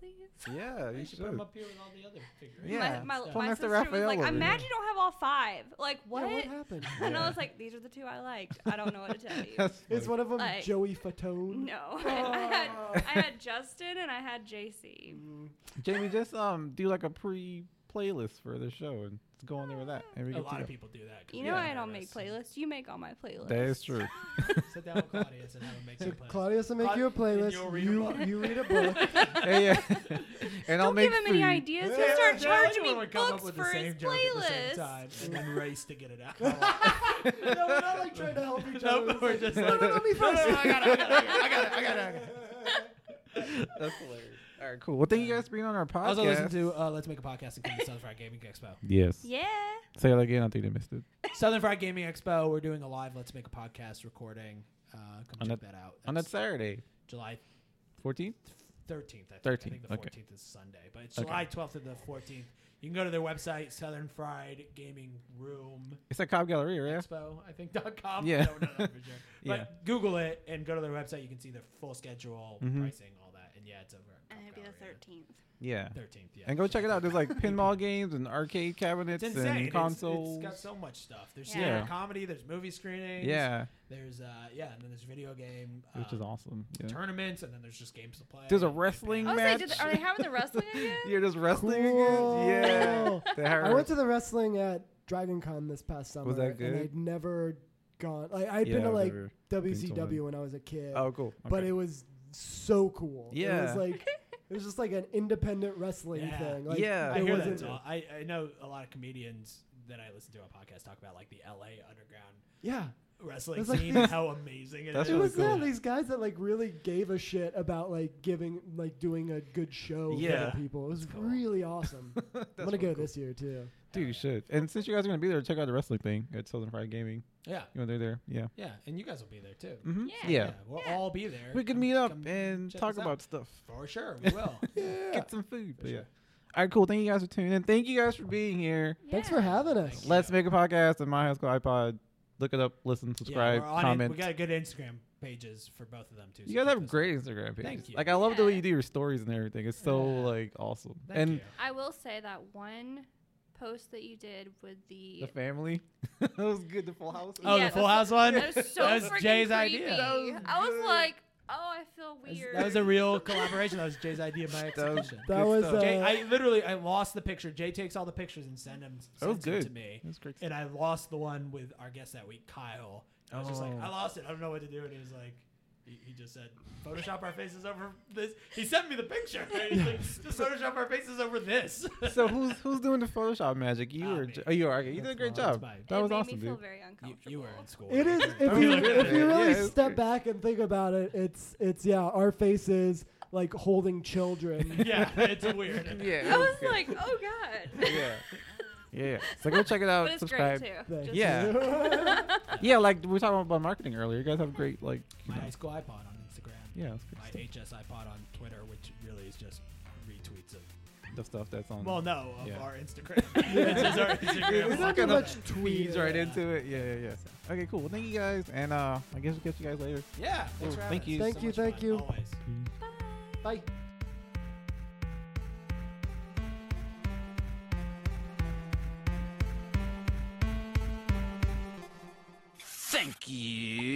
these." Yeah, You you should put should. them up here with all the other figures. Yeah. my So- my, my Mr. sister Raphael was like, over "I'm mad here. you don't have all five. Like what?" Yeah, what happened? And Yeah. I was like, "These are the two I liked. I don't know what to tell you." That's Is funny. one of them Like- Joey Fatone? no, I had Oh. I had Justin and I had JC. Mm. Jamie, just um, do like a pre playlist for the show and let's go on there with that. And we A get lot to of go. people do that. 'cause You we know are I don't nervous. make playlists. You make all my playlists. That is true. Sit down with Claudius and have him make So some playlists. Claudius will make you a Claud- playlist. and you'll read a you book. you read a book. Hey, yeah. and I'll don't make give him any food. ideas. He'll Yeah, start yeah, charging anyone me would come up books with for the same his joke at the same playlist. time and then race to get it out. no, we're not like trying to help each other. Nope, we're just no, no, like- no, me No, no, first. no, I got it, I got it, I got it, I got it. That's hilarious. All right, cool. Well, thank you guys for being on our podcast. I also listened to uh, Let's Make a Podcast and come to Southern Fried Gaming Expo. Yes. Yeah. Say that again. I think they missed it. Southern Fried Gaming Expo, we're doing a live Let's Make a Podcast recording. Uh, come On check that- that out. On that That's Saturday, July 14th? 13th, I think. I 13th, think the 14th okay. is Sunday, but it's Okay. July 12th to the 14th. You can go to their website, Southern Fried Gaming Room It's at Cobb Gallery, right? Expo, I think, dot com. Yeah. I don't know that for sure. But Yeah. Google it and go to their website. You can see their full schedule, Mhm. pricing, all that. And yeah, it's over. at And it'd be Cobb the Gallery. thirteenth. Yeah. 13th, yeah. And go check it out. There's like pinball games and arcade cabinets It's insane. and It's- consoles. it's got so much stuff. There's Yeah. stand-up Yeah. comedy. There's movie screenings. yeah, There's uh yeah, and then there's video game. which is uh, awesome. Yeah. Tournaments, and then there's just games to play. Oh, There's a and wrestling I bands. was match. like, did they, are they having the wrestling again? You're just wrestling Cool. again? Yeah. They hired- I went to the wrestling at Dragon Con this past summer. that And good? I'd never gone. Like I'd Yeah, been to I've like never WCW when I was a kid, Oh, cool. but Okay. it was so cool. it Yeah. was like it was just like an independent wrestling Yeah. thing. Like, Yeah. I there hear wasn't- that. all- I, I know a lot of comedians that I listen to on podcasts talk about like the LA underground yeah. wrestling It's like- scene and how amazing it is. That's it really was cool. yeah, these guys that like really gave a shit about like giving like doing a good show Yeah. for the people. It was cool. really awesome. I'm gonna really go cool. this year too. Dude, you should. And since you guys are gonna be there, check out the wrestling thing at Southern Fried Gaming. Yeah. You know they're there. Yeah. Yeah. And you guys will be there too. Mm-hmm. Yeah. yeah. We'll Yeah. all be there. We could Come- meet up come and check talk us out. about stuff. For sure. We will. Get some food. But yeah. sure. All right, cool. Thank you guys for tuning in. Thank you guys for being here. Thanks for having us. Thank you. Let's Yeah. make a podcast at my high school iPod. Look it up, listen, subscribe, we're on it. comment. We got good Instagram pages for both of them too. you so guys keep have those great up. Instagram pages. Thank you. Like I love the way Yeah. you do your stories and everything. It's so Yeah. like awesome. Thank and you. I will say that one post that you did with the, the family. that was good. The full house. Oh, Yeah, the Full that's- House one. that was so That was freaking Jay's creepy. idea. That was I was good. like, oh, I feel That was- weird. That was a real collaboration. That was Jay's idea by That was execution. That good was, stuff. uh, Jay, I literally I lost the picture. Jay takes all the pictures and send them That was sends them to good. me. That was great And I lost the one with our guest that week, Kyle. I was just like, Oh. I lost it. I don't know what to do. And he was like, he, he just said, Photoshop our faces over this. He sent me the picture. And he's like, just Photoshop our faces over this. so who's who's doing the Photoshop magic? You Ah, or me. J- oh, you are. Okay. You did That's a great fine. That's job. fine. That it was made awesome, me feel dude. very you, uncomfortable. you were in school. It is if I'm you looking at if it. you really Yeah, it's step great. back and think about it, it's it's yeah, our faces like holding children. yeah, it's weird. Yeah. I was like, oh god. yeah. Yeah. So go check it out. but it's subscribe. great too. thing. Just- Yeah. Yeah, like we were talking about marketing earlier. You guys have great like. you My Oh. know- high school iPod on Instagram. yeah, that's good My stuff. HS iPod on Twitter, which really is just retweets of The stuff that's Um, on. Well, no, of Yeah. our Instagram. It's just our Instagram. There's Kind not too of much feeds tweet. right Yeah. into it. Yeah, yeah, yeah. Okay, cool. Well, thank you guys, and uh, I guess we'll catch you guys later. Yeah. Cool. thanks for having Thank you. us. Oh, So Thank you, much thank fun, you. Always. Bye. Bye. Thank you.